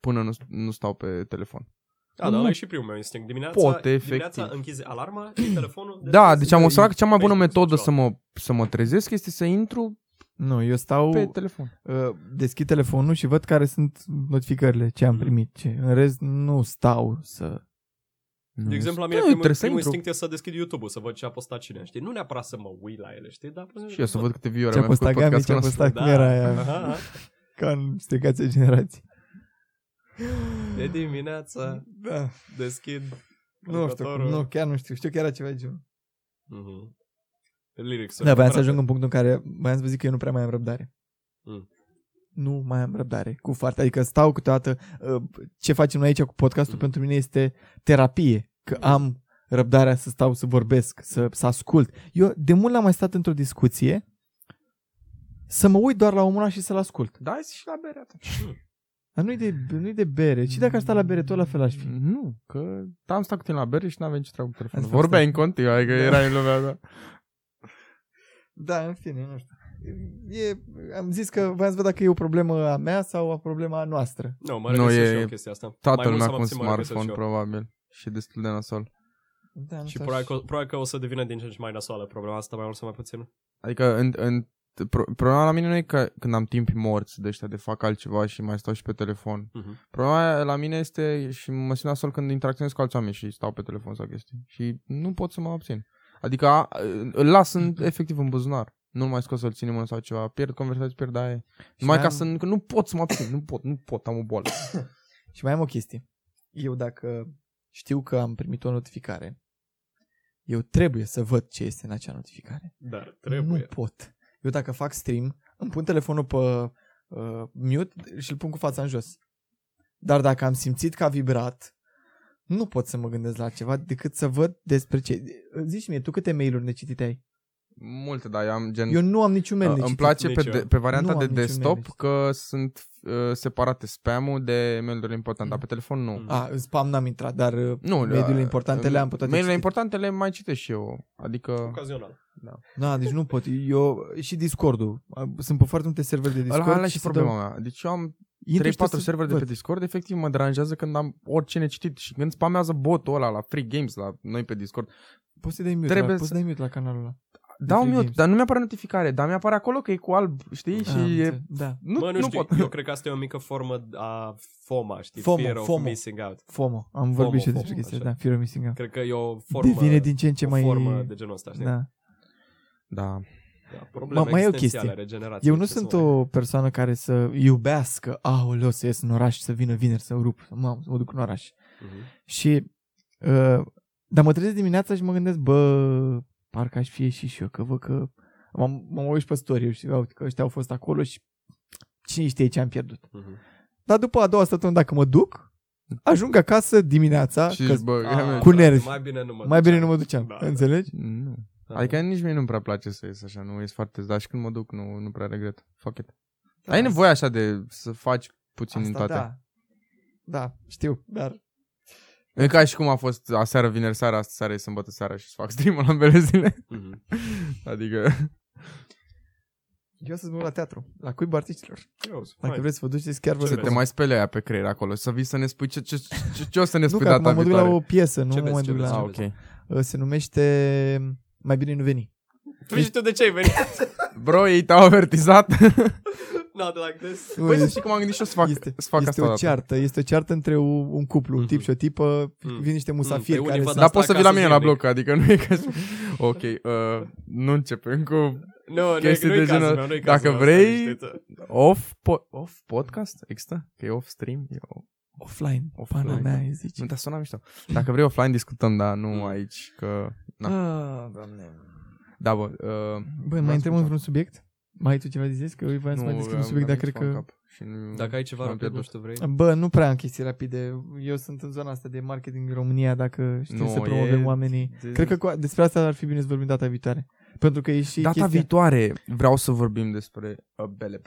Speaker 3: până nu, nu stau pe telefon.
Speaker 4: Da, da,
Speaker 3: Nu
Speaker 4: ăla e și primul meu instinct. Dimineața,
Speaker 3: Poate,
Speaker 4: dimineața
Speaker 3: efectiv.
Speaker 4: închizi alarma, iei telefonul.
Speaker 3: Da, deci am
Speaker 4: că
Speaker 3: observat că cea mai bună
Speaker 4: Facebook sau
Speaker 3: metodă
Speaker 4: ceva.
Speaker 3: să mă, să mă trezesc este să intru
Speaker 2: Nu, eu stau,
Speaker 3: pe telefon.
Speaker 2: uh, deschid telefonul și văd care sunt notificările, ce am
Speaker 4: Mhm.
Speaker 2: primit, ce. În rest, nu stau să...
Speaker 4: De exemplu, la mine
Speaker 3: Da,
Speaker 4: primul,
Speaker 3: trebuie să
Speaker 4: primul
Speaker 3: intru.
Speaker 4: instinct e să deschid YouTube-ul, să văd ce a postat cine, știi? Nu neapărat să mă uit la ele, știi? Dar Da.
Speaker 3: Și eu să văd câte view-uri
Speaker 2: Ce-a
Speaker 3: am făcut
Speaker 2: postat Gabi,
Speaker 3: podcastul
Speaker 2: ce-a
Speaker 3: ăsta.
Speaker 2: postat, cum era aia,
Speaker 4: Aha, aha.
Speaker 2: ca în stricația generații.
Speaker 4: De dimineață
Speaker 2: Da,
Speaker 4: deschid
Speaker 2: nu știu,
Speaker 4: calculatorul.
Speaker 2: nu, chiar nu știu, știu că era ceva de genul.
Speaker 4: Mhm. Lyrics.
Speaker 2: Da, voiam să ajung în punctul în care voiam să vă zic că eu nu prea mai am răbdare.
Speaker 4: Mm.
Speaker 2: Nu mai am răbdare cu foarte, adică stau câteodată, uh, ce facem noi aici cu podcastul
Speaker 4: Mm.
Speaker 2: pentru mine este terapie, că am răbdarea să stau să vorbesc, să, să ascult. Eu de mult l-am mai stat într-o discuție să mă uit doar la omul ăla și să-l ascult.
Speaker 3: Da, și la bere atunci.
Speaker 2: Dar nu-i de, nu-i de bere. Păi Și dacă aș sta la bere, tot la fel aș fi.
Speaker 3: Nu, că am stat cu tine la bere și n-aveam ce treabă cu telefonul.
Speaker 2: Asta-
Speaker 4: Da.
Speaker 3: Vorbeai în continuu, adică
Speaker 2: Da.
Speaker 3: erai în lumea ta.
Speaker 2: Da, în fine, nu știu. E, am zis că v-am zis dacă e o problemă a mea sau a problema noastră.
Speaker 4: Nu, mă
Speaker 3: Nu,
Speaker 4: regăsesc
Speaker 3: e-
Speaker 4: și eu chestia asta.
Speaker 3: Toată
Speaker 4: Mai mult
Speaker 3: lumea
Speaker 4: sau
Speaker 3: cu un
Speaker 4: mai puțin mă regăsesc
Speaker 3: smartphone,
Speaker 4: și eu.
Speaker 3: probabil. Și destul de nasol.
Speaker 2: Da, nu
Speaker 4: Și
Speaker 2: știu
Speaker 4: probabil
Speaker 2: așa.
Speaker 4: că, probabil că o să devină din ce în ce mai nasoală problema asta, mai mult sau mai puțin.
Speaker 3: Adică în, în, pro, problema la mine nu e că când am timp morți de ăștia de fac altceva și mai stau și pe telefon.
Speaker 4: Mhm.
Speaker 3: Problema la mine este și mă simt nasol când interacționez cu alți oameni și stau pe telefon sau chestii. Și nu pot să mă abțin. Adică a, îl las în,
Speaker 2: Mhm.
Speaker 3: efectiv în buzunar. Nu mai scos să-l țin în mână sau ceva. Pierd conversații, pierd aia.
Speaker 2: Și mai
Speaker 3: Numai ca
Speaker 2: am-
Speaker 3: să... Nu, că nu pot să mă abțin. Nu pot, nu pot. Am o
Speaker 2: *laughs*
Speaker 3: boală.
Speaker 2: Și mai am o chestie. Eu dacă știu că am primit o notificare, eu trebuie să văd ce este în acea notificare.
Speaker 4: Dar
Speaker 2: Nu
Speaker 4: trebuie.
Speaker 2: pot. Eu dacă fac stream, îmi pun telefonul pe uh, mute și îl pun cu fața în jos. Dar dacă am simțit că a vibrat, nu pot să mă gândesc la ceva decât să văd despre ce. Zici mie, tu câte mail-uri necitit ai?
Speaker 3: Multe, dar eu am gen...
Speaker 2: Eu nu am niciun mail
Speaker 3: Uh,
Speaker 2: necitit.
Speaker 3: Îmi place
Speaker 4: Nici
Speaker 3: pe,
Speaker 4: eu.
Speaker 3: de, pe varianta
Speaker 2: Nu
Speaker 3: de
Speaker 2: am niciun
Speaker 3: desktop
Speaker 2: mail.
Speaker 3: că sunt uh, separate spam-ul de mail-urile importante,
Speaker 2: Mhm.
Speaker 3: dar pe telefon nu.
Speaker 4: Mm.
Speaker 2: A, în spam n-am intrat, dar uh,
Speaker 3: Nu,
Speaker 2: Mail-urile
Speaker 3: uh,
Speaker 2: importante le-am putut
Speaker 3: Mail-urile
Speaker 2: citi.
Speaker 3: importante le mai citesc și eu. Adică
Speaker 4: Ocazional.
Speaker 2: na, deci nu pot. Eu și Discord-ul. Sunt pe foarte multe servere de Discord.
Speaker 3: ăla, ăla
Speaker 2: se
Speaker 3: și
Speaker 2: dă-
Speaker 3: problema mea. Deci eu am 3-4
Speaker 2: Intru și trebuie să
Speaker 3: servere de
Speaker 2: văd.
Speaker 3: pe Discord, efectiv mă deranjează când am orice necitit și când spamează botul ăla la Free Games, la noi pe Discord.
Speaker 2: Poți să dai mute,
Speaker 3: Trebuie
Speaker 2: la, poți
Speaker 3: să-
Speaker 2: să dai mute la canalul ăla.
Speaker 3: Da,
Speaker 2: Free
Speaker 3: mi
Speaker 2: Games.
Speaker 3: dar nu mi-apare notificare, dar mi-apare acolo că e cu alb, știi?
Speaker 2: Ah, am
Speaker 3: și e...
Speaker 2: înțeles. da.
Speaker 3: Nu,
Speaker 4: mă, nu,
Speaker 3: nu
Speaker 4: știu,
Speaker 3: pot.
Speaker 4: eu cred că asta e o mică formă a FOMA, știi?
Speaker 2: FOMO,
Speaker 4: Fear of
Speaker 2: FOMO.
Speaker 4: missing out.
Speaker 2: FOMO. Am
Speaker 4: FOMO,
Speaker 2: vorbit și eu
Speaker 4: FOMO,
Speaker 2: despre chestia
Speaker 4: așa.
Speaker 2: asta. Da, fear of missing out.
Speaker 4: Cred că e o formă,
Speaker 2: Devine din ce în ce
Speaker 4: o
Speaker 2: mai...
Speaker 4: formă de genul ăsta, știi? Da.
Speaker 2: da.
Speaker 3: Da.
Speaker 4: Da, probleme
Speaker 2: Ma- mai e o
Speaker 4: existențiale,
Speaker 2: chestie.
Speaker 4: regenerație,
Speaker 2: Eu nu
Speaker 4: ce să
Speaker 2: sunt
Speaker 4: mai-
Speaker 2: o persoană care să iubească, aoleo, să ies în oraș, să vină vineri, să rup, să mă, să mă duc în oraș.
Speaker 4: Mhm.
Speaker 2: Și, uh, dar mă trezesc dimineața și mă gândesc, bă, parcă aș fi ieșit și eu, că văd că m-am, m-am uit și pe story și uite că ăștia au fost acolo și cine știe ce am pierdut.
Speaker 4: Mhm.
Speaker 2: Dar după a doua săptămână, dacă mă duc, ajung acasă dimineața,
Speaker 3: Și
Speaker 2: că
Speaker 3: zici, bă,
Speaker 4: Ah.
Speaker 3: ia mea.
Speaker 2: Ah, cu nervi.
Speaker 4: Mai bine nu mă
Speaker 2: mai bine nu mă
Speaker 4: duceam.
Speaker 2: duceam,
Speaker 3: da.
Speaker 2: înțelegi?
Speaker 3: Nu.
Speaker 4: Da.
Speaker 3: Adică nici mie nu-mi prea place să ies așa, nu ies foarte, dar și când mă duc nu, nu prea regret. Fuck it.
Speaker 2: Da,
Speaker 3: Ai nevoie așa de să faci puțin din toate.
Speaker 2: da. Da, știu, dar
Speaker 3: Da. E ca și cum a fost aseară, vineri seara, astă seara e sâmbătă seara și să fac stream la ambele zile. *laughs*
Speaker 4: Mhm.
Speaker 3: Adică
Speaker 2: eu să mă duc la teatru, la cuibul artiștilor.
Speaker 4: Eu sunt
Speaker 2: Dacă
Speaker 4: fain.
Speaker 2: vreți să vă duceți, chiar vă
Speaker 4: Ce
Speaker 3: să te
Speaker 2: recomand.
Speaker 3: mai speli aia pe creier acolo, să vii să ne spui ce, ce, ce, ce o să ne
Speaker 2: Nu,
Speaker 3: spui
Speaker 2: că
Speaker 3: data
Speaker 2: acum mă duc la
Speaker 3: viitoare.
Speaker 2: o piesă, nu
Speaker 4: Ce
Speaker 2: mă
Speaker 4: vezi,
Speaker 2: mai
Speaker 4: ce
Speaker 2: duc
Speaker 4: vezi,
Speaker 2: la...
Speaker 3: Ah,
Speaker 4: ce
Speaker 3: ok.
Speaker 2: Uh, Se numește Mai bine nu veni.
Speaker 4: Tu și tu de ce ai venit? *laughs*
Speaker 3: Bro, ei te-au avertizat. *laughs*
Speaker 4: Not like this. Păi,
Speaker 3: Băi, să știi că m-am gândit și eu să fac,
Speaker 2: Păi, este,
Speaker 3: să fac
Speaker 2: este
Speaker 3: asta
Speaker 2: o
Speaker 3: odată.
Speaker 2: ceartă, este o ceartă între un, un cuplu, un tip
Speaker 4: Mhm.
Speaker 2: și o tipă,
Speaker 4: Mm.
Speaker 2: vin
Speaker 3: Mhm.
Speaker 2: niște musafiri
Speaker 4: Mm, pe
Speaker 2: care
Speaker 4: unii văd
Speaker 2: sunt...
Speaker 3: Dar
Speaker 4: asta
Speaker 3: poți să vii la
Speaker 4: acasă
Speaker 3: mine la
Speaker 4: zilnic.
Speaker 3: bloc, adică nu e ca să... *laughs* Ok, uh, nu începem cu
Speaker 4: Nu, nu e
Speaker 3: Chestii de
Speaker 4: cazul
Speaker 3: genul-
Speaker 4: meu, nu e
Speaker 3: dacă
Speaker 4: cazul meu,
Speaker 3: vrei-
Speaker 4: stai liniștită.
Speaker 3: off, po- off podcast? Există? Că e off stream? E off.
Speaker 2: Offline,
Speaker 3: Da. Offline,
Speaker 2: pana
Speaker 3: da.
Speaker 2: mea, îi zici.
Speaker 3: Nu, dar suna mișto. Dacă vrei offline discutăm, dar nu
Speaker 4: Mm.
Speaker 3: aici, că... Na.
Speaker 2: Ah, doamne.
Speaker 3: Da, bă, uh,
Speaker 2: Bă,
Speaker 3: V-ați
Speaker 2: mai intrăm
Speaker 3: spus
Speaker 2: într-un subiect? Mai ai tu ceva de zis? Că eu voiam să mai deschid un
Speaker 3: am-
Speaker 2: subiect,
Speaker 3: am
Speaker 2: dar cred
Speaker 3: ceva în
Speaker 2: că...
Speaker 3: cap și nu-
Speaker 4: Dacă ai ceva
Speaker 3: m-am
Speaker 4: rapid, nu
Speaker 3: Mm. pierdut.
Speaker 4: știu, vrei?
Speaker 2: Bă, nu prea am chestii rapide. Eu sunt în zona asta de marketing în România, dacă știm
Speaker 3: Nu,
Speaker 2: să promovăm
Speaker 3: e-
Speaker 2: oamenii.
Speaker 3: de-
Speaker 2: Cred că cu- despre asta ar fi bine să vorbim data viitoare. Pentru că e și
Speaker 3: Data
Speaker 2: chestia...
Speaker 3: viitoare vreau să vorbim despre uh, BLP.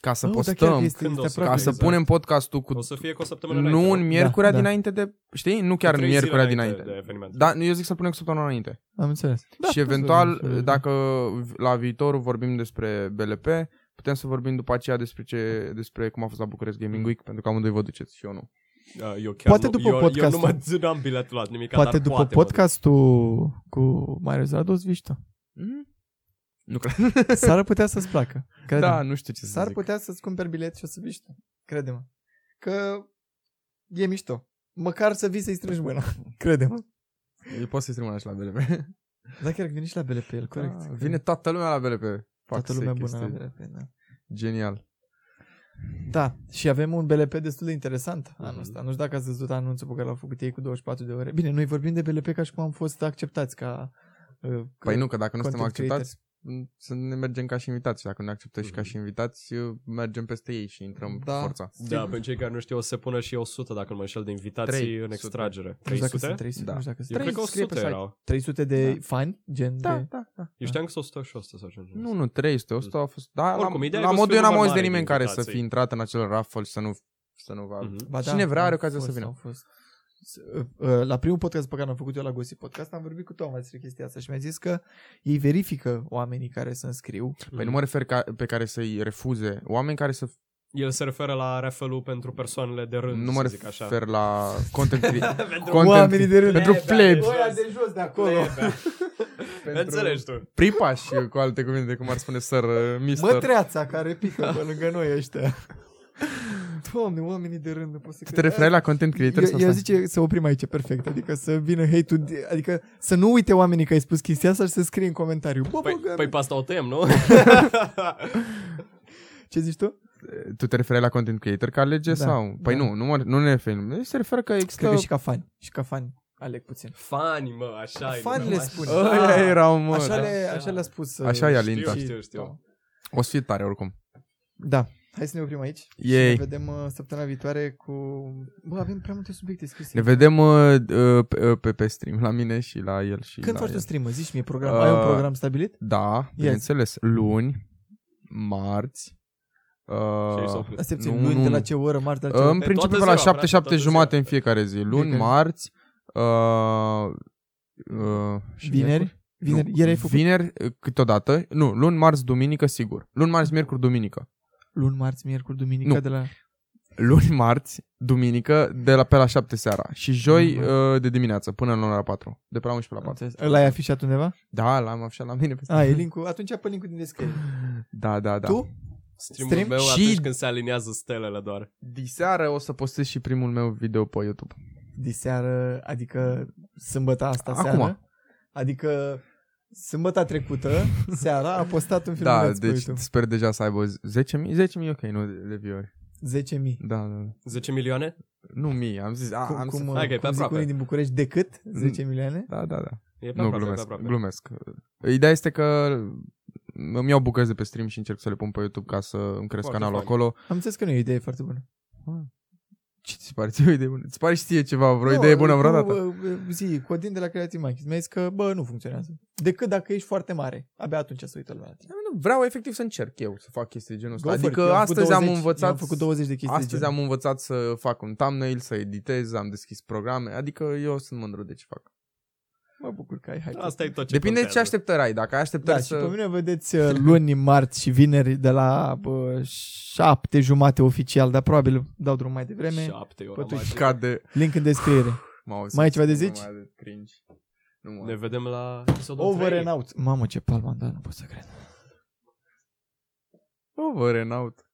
Speaker 3: Ca să
Speaker 2: Oh, dar chiar
Speaker 3: postăm,
Speaker 2: este-
Speaker 4: Când o
Speaker 2: este
Speaker 4: să
Speaker 3: ca
Speaker 2: aproape.
Speaker 3: să
Speaker 4: Exact.
Speaker 3: punem podcastul cu...
Speaker 4: O să fie cu o săptămână
Speaker 3: Nu
Speaker 4: înainte,
Speaker 3: în miercurea
Speaker 2: Da, da.
Speaker 3: dinainte de... Știi? Nu chiar
Speaker 4: Cu
Speaker 3: în
Speaker 4: trei zile
Speaker 3: miercurea
Speaker 4: de
Speaker 3: dinainte.
Speaker 4: eveniment.
Speaker 3: Da, eu zic să-l punem cu săptămâna înainte.
Speaker 2: Am înțeles. Da, putem
Speaker 3: și
Speaker 2: să
Speaker 3: eventual,
Speaker 2: vorbim și-
Speaker 3: dacă la viitorul vorbim despre BLP, putem să vorbim după aceea despre, ce, despre cum a fost la București Gaming Week, pentru că amândoi vă duceți și eu nu.
Speaker 4: Ah, Eu chiar
Speaker 2: Poate
Speaker 4: nu,
Speaker 2: după
Speaker 4: eu, Eu nu
Speaker 2: podcastul.
Speaker 4: mă *laughs* nu am bilet luat nimic,
Speaker 2: Poate
Speaker 4: dar
Speaker 2: după
Speaker 4: poate, mă duc.
Speaker 2: podcastul cu Marius Radu, zici tu.
Speaker 3: Nu cred.
Speaker 2: S-ar putea să-ți placă. Crede-mă.
Speaker 3: Da, nu știu ce să
Speaker 2: S-ar
Speaker 3: zic.
Speaker 2: putea să-ți cumperi bilet și o să vii și tu. Crede-mă. Că e mișto. Măcar să vii să-i strângi mâna. *laughs* Crede-mă.
Speaker 3: Eu pot să-i trimit așa la BLP.
Speaker 2: Da, chiar că vine și la BLP, el, corect.
Speaker 3: Da,
Speaker 2: Că
Speaker 3: vine toată lumea la BLP. Fac
Speaker 2: Ah, toată lumea
Speaker 3: să-i
Speaker 2: bună la
Speaker 3: chestii.
Speaker 2: BLP, da.
Speaker 3: Genial.
Speaker 2: Da, și avem un BLP destul de interesant mm-hmm.
Speaker 4: Mhm.
Speaker 2: anul ăsta. Nu știu dacă ați văzut anunțul pe care l-au făcut ei cu 24 de ore. Bine, noi vorbim de BLP ca și cum am fost acceptați ca... uh,
Speaker 3: Păi nu, că dacă nu suntem
Speaker 2: content creator.
Speaker 3: acceptați, m, să ne mergem ca și invitați. Și Dacă ne acceptăm și ca
Speaker 4: Mhm.
Speaker 3: și invitați, eu- mergem peste ei și intrăm da.
Speaker 2: Da.
Speaker 3: cu forța.
Speaker 4: Da, pentru cei care nu știu, o să se pună și 100, dacă nu mă înșel, de invitații
Speaker 3: 300.
Speaker 4: în extragere.
Speaker 2: Nu știu
Speaker 4: 300?
Speaker 2: dacă Exact, sunt 300,
Speaker 3: Da.
Speaker 2: nu știu dacă
Speaker 4: Eu
Speaker 2: sunt
Speaker 4: cred că
Speaker 3: 300 scrie
Speaker 4: 100
Speaker 3: pe site.
Speaker 4: erau.
Speaker 2: 300 de fani, gen de...
Speaker 3: da, da.
Speaker 4: Eu știam că sunt 100 și 100 sau ceva.
Speaker 3: Nu, nu, 300, 100 a fost... Da,
Speaker 4: Oricum,
Speaker 3: la,
Speaker 4: ideea
Speaker 3: la
Speaker 4: e că o să
Speaker 3: modul eu
Speaker 4: fie
Speaker 3: n-am
Speaker 4: număr
Speaker 3: auzit de
Speaker 4: mare
Speaker 3: nimeni
Speaker 4: de
Speaker 3: care să
Speaker 4: invitații.
Speaker 3: fi intrat în acel raffle și să nu, să nu va...
Speaker 4: Mhm.
Speaker 2: Ba da,
Speaker 3: Cine vrea are ocazia
Speaker 2: au
Speaker 3: să
Speaker 2: fost,
Speaker 3: vină.
Speaker 2: au fost. s- uh, la primul podcast pe care l-am făcut eu la Gossip Podcast, am vorbit cu Toma despre chestia asta și mi-a zis că ei verifică oamenii care se înscriu.
Speaker 3: Păi nu mă refer ca, pe care să-i refuze. Oameni care să...
Speaker 4: El se referă la referul pentru persoanele de rând,
Speaker 3: nu mă
Speaker 4: să zic așa.
Speaker 3: refer la content, cre-
Speaker 4: *laughs*
Speaker 2: *laughs*
Speaker 4: pentru
Speaker 3: Content.
Speaker 2: Oamenii de rând.
Speaker 3: Pentru plebe.
Speaker 2: Oia de jos de acolo. *laughs*
Speaker 4: plebe. Înțelegi tu.
Speaker 3: pripași, cu alte cuvinte, cum ar spune săr, uh,
Speaker 2: Bă,
Speaker 3: mister.
Speaker 2: treața care pică pe lângă noi
Speaker 3: *laughs*
Speaker 2: ăștia. Doamne, oamenii de rând, nu pot să
Speaker 3: Tu te referai la content creator?
Speaker 2: Eu,
Speaker 3: sau
Speaker 2: eu
Speaker 3: stai?
Speaker 2: zice să oprim aici, perfect. Adică să vină hate-ul, de- adică să nu uite oamenii că ai spus chestia asta și să scrie în comentariu. Bă,
Speaker 4: Păi,
Speaker 2: bă,
Speaker 4: păi pe asta o tem,
Speaker 2: *laughs*
Speaker 4: nu?
Speaker 2: ce zici tu?
Speaker 3: Tu te referai la content creator ca lege
Speaker 2: Da,
Speaker 3: sau? Păi
Speaker 2: da.
Speaker 3: nu, nu, mă, nu ne referim. Deci Se referă că există...
Speaker 2: Cred că și ca fani. Și ca fani. Aleg puțin.
Speaker 4: Fani, mă, așa e.
Speaker 2: Fani
Speaker 4: nu?
Speaker 2: le
Speaker 4: Așa.
Speaker 2: spun.
Speaker 3: Ăia erau, mă.
Speaker 2: Ah, Așa,
Speaker 3: da.
Speaker 2: le,
Speaker 4: da.
Speaker 2: așa le-a spus. uh,
Speaker 3: Așa e,
Speaker 2: și-
Speaker 3: Alin, da.
Speaker 4: Știu, știu.
Speaker 3: O să fie tare oricum.
Speaker 2: Da. Hai să ne oprim aici.
Speaker 3: Yay.
Speaker 2: Ne vedem uh, săptămâna viitoare cu... Bă, avem prea multe subiecte scrise.
Speaker 3: Ne vedem uh, uh, pe, uh, pe, pe stream la mine și la el și
Speaker 2: Când
Speaker 3: la
Speaker 2: faci
Speaker 3: el.
Speaker 2: tu stream Zici mie program. Ai un
Speaker 3: Da, Uh,
Speaker 2: program stabilit?
Speaker 3: Da, bineînțeles. Luni, marți.
Speaker 4: Și ei
Speaker 3: Uh,
Speaker 4: s-au pus.
Speaker 2: Aștepți
Speaker 3: nu,
Speaker 2: luni
Speaker 3: nu,
Speaker 2: de la
Speaker 3: nu.
Speaker 2: ce oră, marți de la ce oră?
Speaker 3: în
Speaker 4: Pe
Speaker 3: principiu
Speaker 4: toată
Speaker 3: pe la
Speaker 4: ziua,
Speaker 3: 7
Speaker 4: frate,
Speaker 3: 7
Speaker 4: toată
Speaker 3: jumate
Speaker 4: ziua.
Speaker 3: în fiecare zi. Luni,
Speaker 2: Fiecare.
Speaker 3: marți. Uh, uh, și miercuri?
Speaker 2: Vineri? Vineri, ieri ai făcut
Speaker 3: Vineri uh, câteodată. Nu, luni, marți, duminică, sigur. Luni, marți, miercuri, duminică.
Speaker 2: luni, marți, miercuri, duminică
Speaker 3: Nu.
Speaker 2: de la...
Speaker 3: luni, marți, duminică, de la pe la 7 seara și joi
Speaker 2: Mhm.
Speaker 3: uh, de dimineață până în la 4, de pe la 11 la 4.
Speaker 2: Înțeles. Ăla ai afișat undeva?
Speaker 3: Da, l-am afișat la mine peste.
Speaker 2: A, Ah,
Speaker 3: *laughs*
Speaker 2: e linkul. Atunci pe linkul din descriere.
Speaker 3: Da, da, da.
Speaker 2: Tu?
Speaker 4: Streamul
Speaker 2: Stream
Speaker 4: meu
Speaker 3: și-
Speaker 4: atunci când se aliniază stelele doar.
Speaker 3: Diseară o să postez și primul meu video pe YouTube.
Speaker 2: Diseară, adică sâmbătă asta
Speaker 3: Acum.
Speaker 2: seară. Adică sâmbătă
Speaker 3: *laughs*
Speaker 2: trecută, seara, a postat un film
Speaker 3: da,
Speaker 2: da,
Speaker 3: deci
Speaker 2: pe
Speaker 3: sper deja să aibă 10.000, 10.000 ok, nu de, de view-uri.
Speaker 2: YouTube. 10.000.
Speaker 3: Da, da, da.
Speaker 4: 10 milioane?
Speaker 3: Nu mii, am zis, a,
Speaker 2: Cum,
Speaker 3: am
Speaker 2: cum,
Speaker 3: să...
Speaker 4: Hai că e
Speaker 2: cum
Speaker 4: pe
Speaker 2: zic
Speaker 4: aproape.
Speaker 2: unii din București, decât 10 milioane?
Speaker 3: Da, da, da.
Speaker 4: E pe
Speaker 3: Nu,
Speaker 4: aproape, e pe
Speaker 3: glumesc,
Speaker 4: aproape.
Speaker 3: glumesc. Ideea este că îmi iau bucăți de pe stream și încerc să le pun pe YouTube ca să îmi cresc
Speaker 4: Foarte
Speaker 3: canalul
Speaker 4: fain.
Speaker 3: acolo.
Speaker 2: Am înțeles că nu e o idee foarte bună.
Speaker 3: Ce ți se pare? Ți o idee bună? Ți pare și ție ceva, vreo idee bună
Speaker 2: tu,
Speaker 3: vreodată?
Speaker 2: uh, Zi, Codin de la Creative Monkeys, mi-a zis că, bă, nu funcționează. Decât dacă ești foarte mare. Abia atunci să uită lumea la tine.
Speaker 3: Nu, Vreau efectiv să încerc eu să fac chestii de genul ăsta.
Speaker 2: Go for it.
Speaker 3: Adică
Speaker 2: Eu am făcut
Speaker 3: astăzi am
Speaker 2: 20
Speaker 3: învățat
Speaker 2: Am făcut 20 de chestii.
Speaker 3: Astăzi am învățat să fac un thumbnail, să editez, am deschis programe, adică eu sunt mândru de ce fac.
Speaker 2: Mă bucur că ai hype.
Speaker 4: Asta e tot ce
Speaker 3: Depinde de ce
Speaker 4: contează.
Speaker 3: așteptări ai, dacă ai așteptări
Speaker 2: Da, și pe
Speaker 3: să...
Speaker 2: mine vedeți uh, luni, marți și vineri de la bă, șapte jumate oficial, dar probabil dau drum mai devreme.
Speaker 4: Șapte, eu
Speaker 2: Pătuși.
Speaker 4: am
Speaker 3: Cade...
Speaker 2: Link în descriere.
Speaker 3: M-au
Speaker 2: Mai ai ceva de
Speaker 3: simțit,
Speaker 2: zici?
Speaker 3: nu mai are Cringe. Nu mă...
Speaker 4: Ne vedem la episodul
Speaker 2: Over
Speaker 4: 3.
Speaker 2: and out. Mamă, ce palma, da, nu pot să cred.
Speaker 3: Over and out.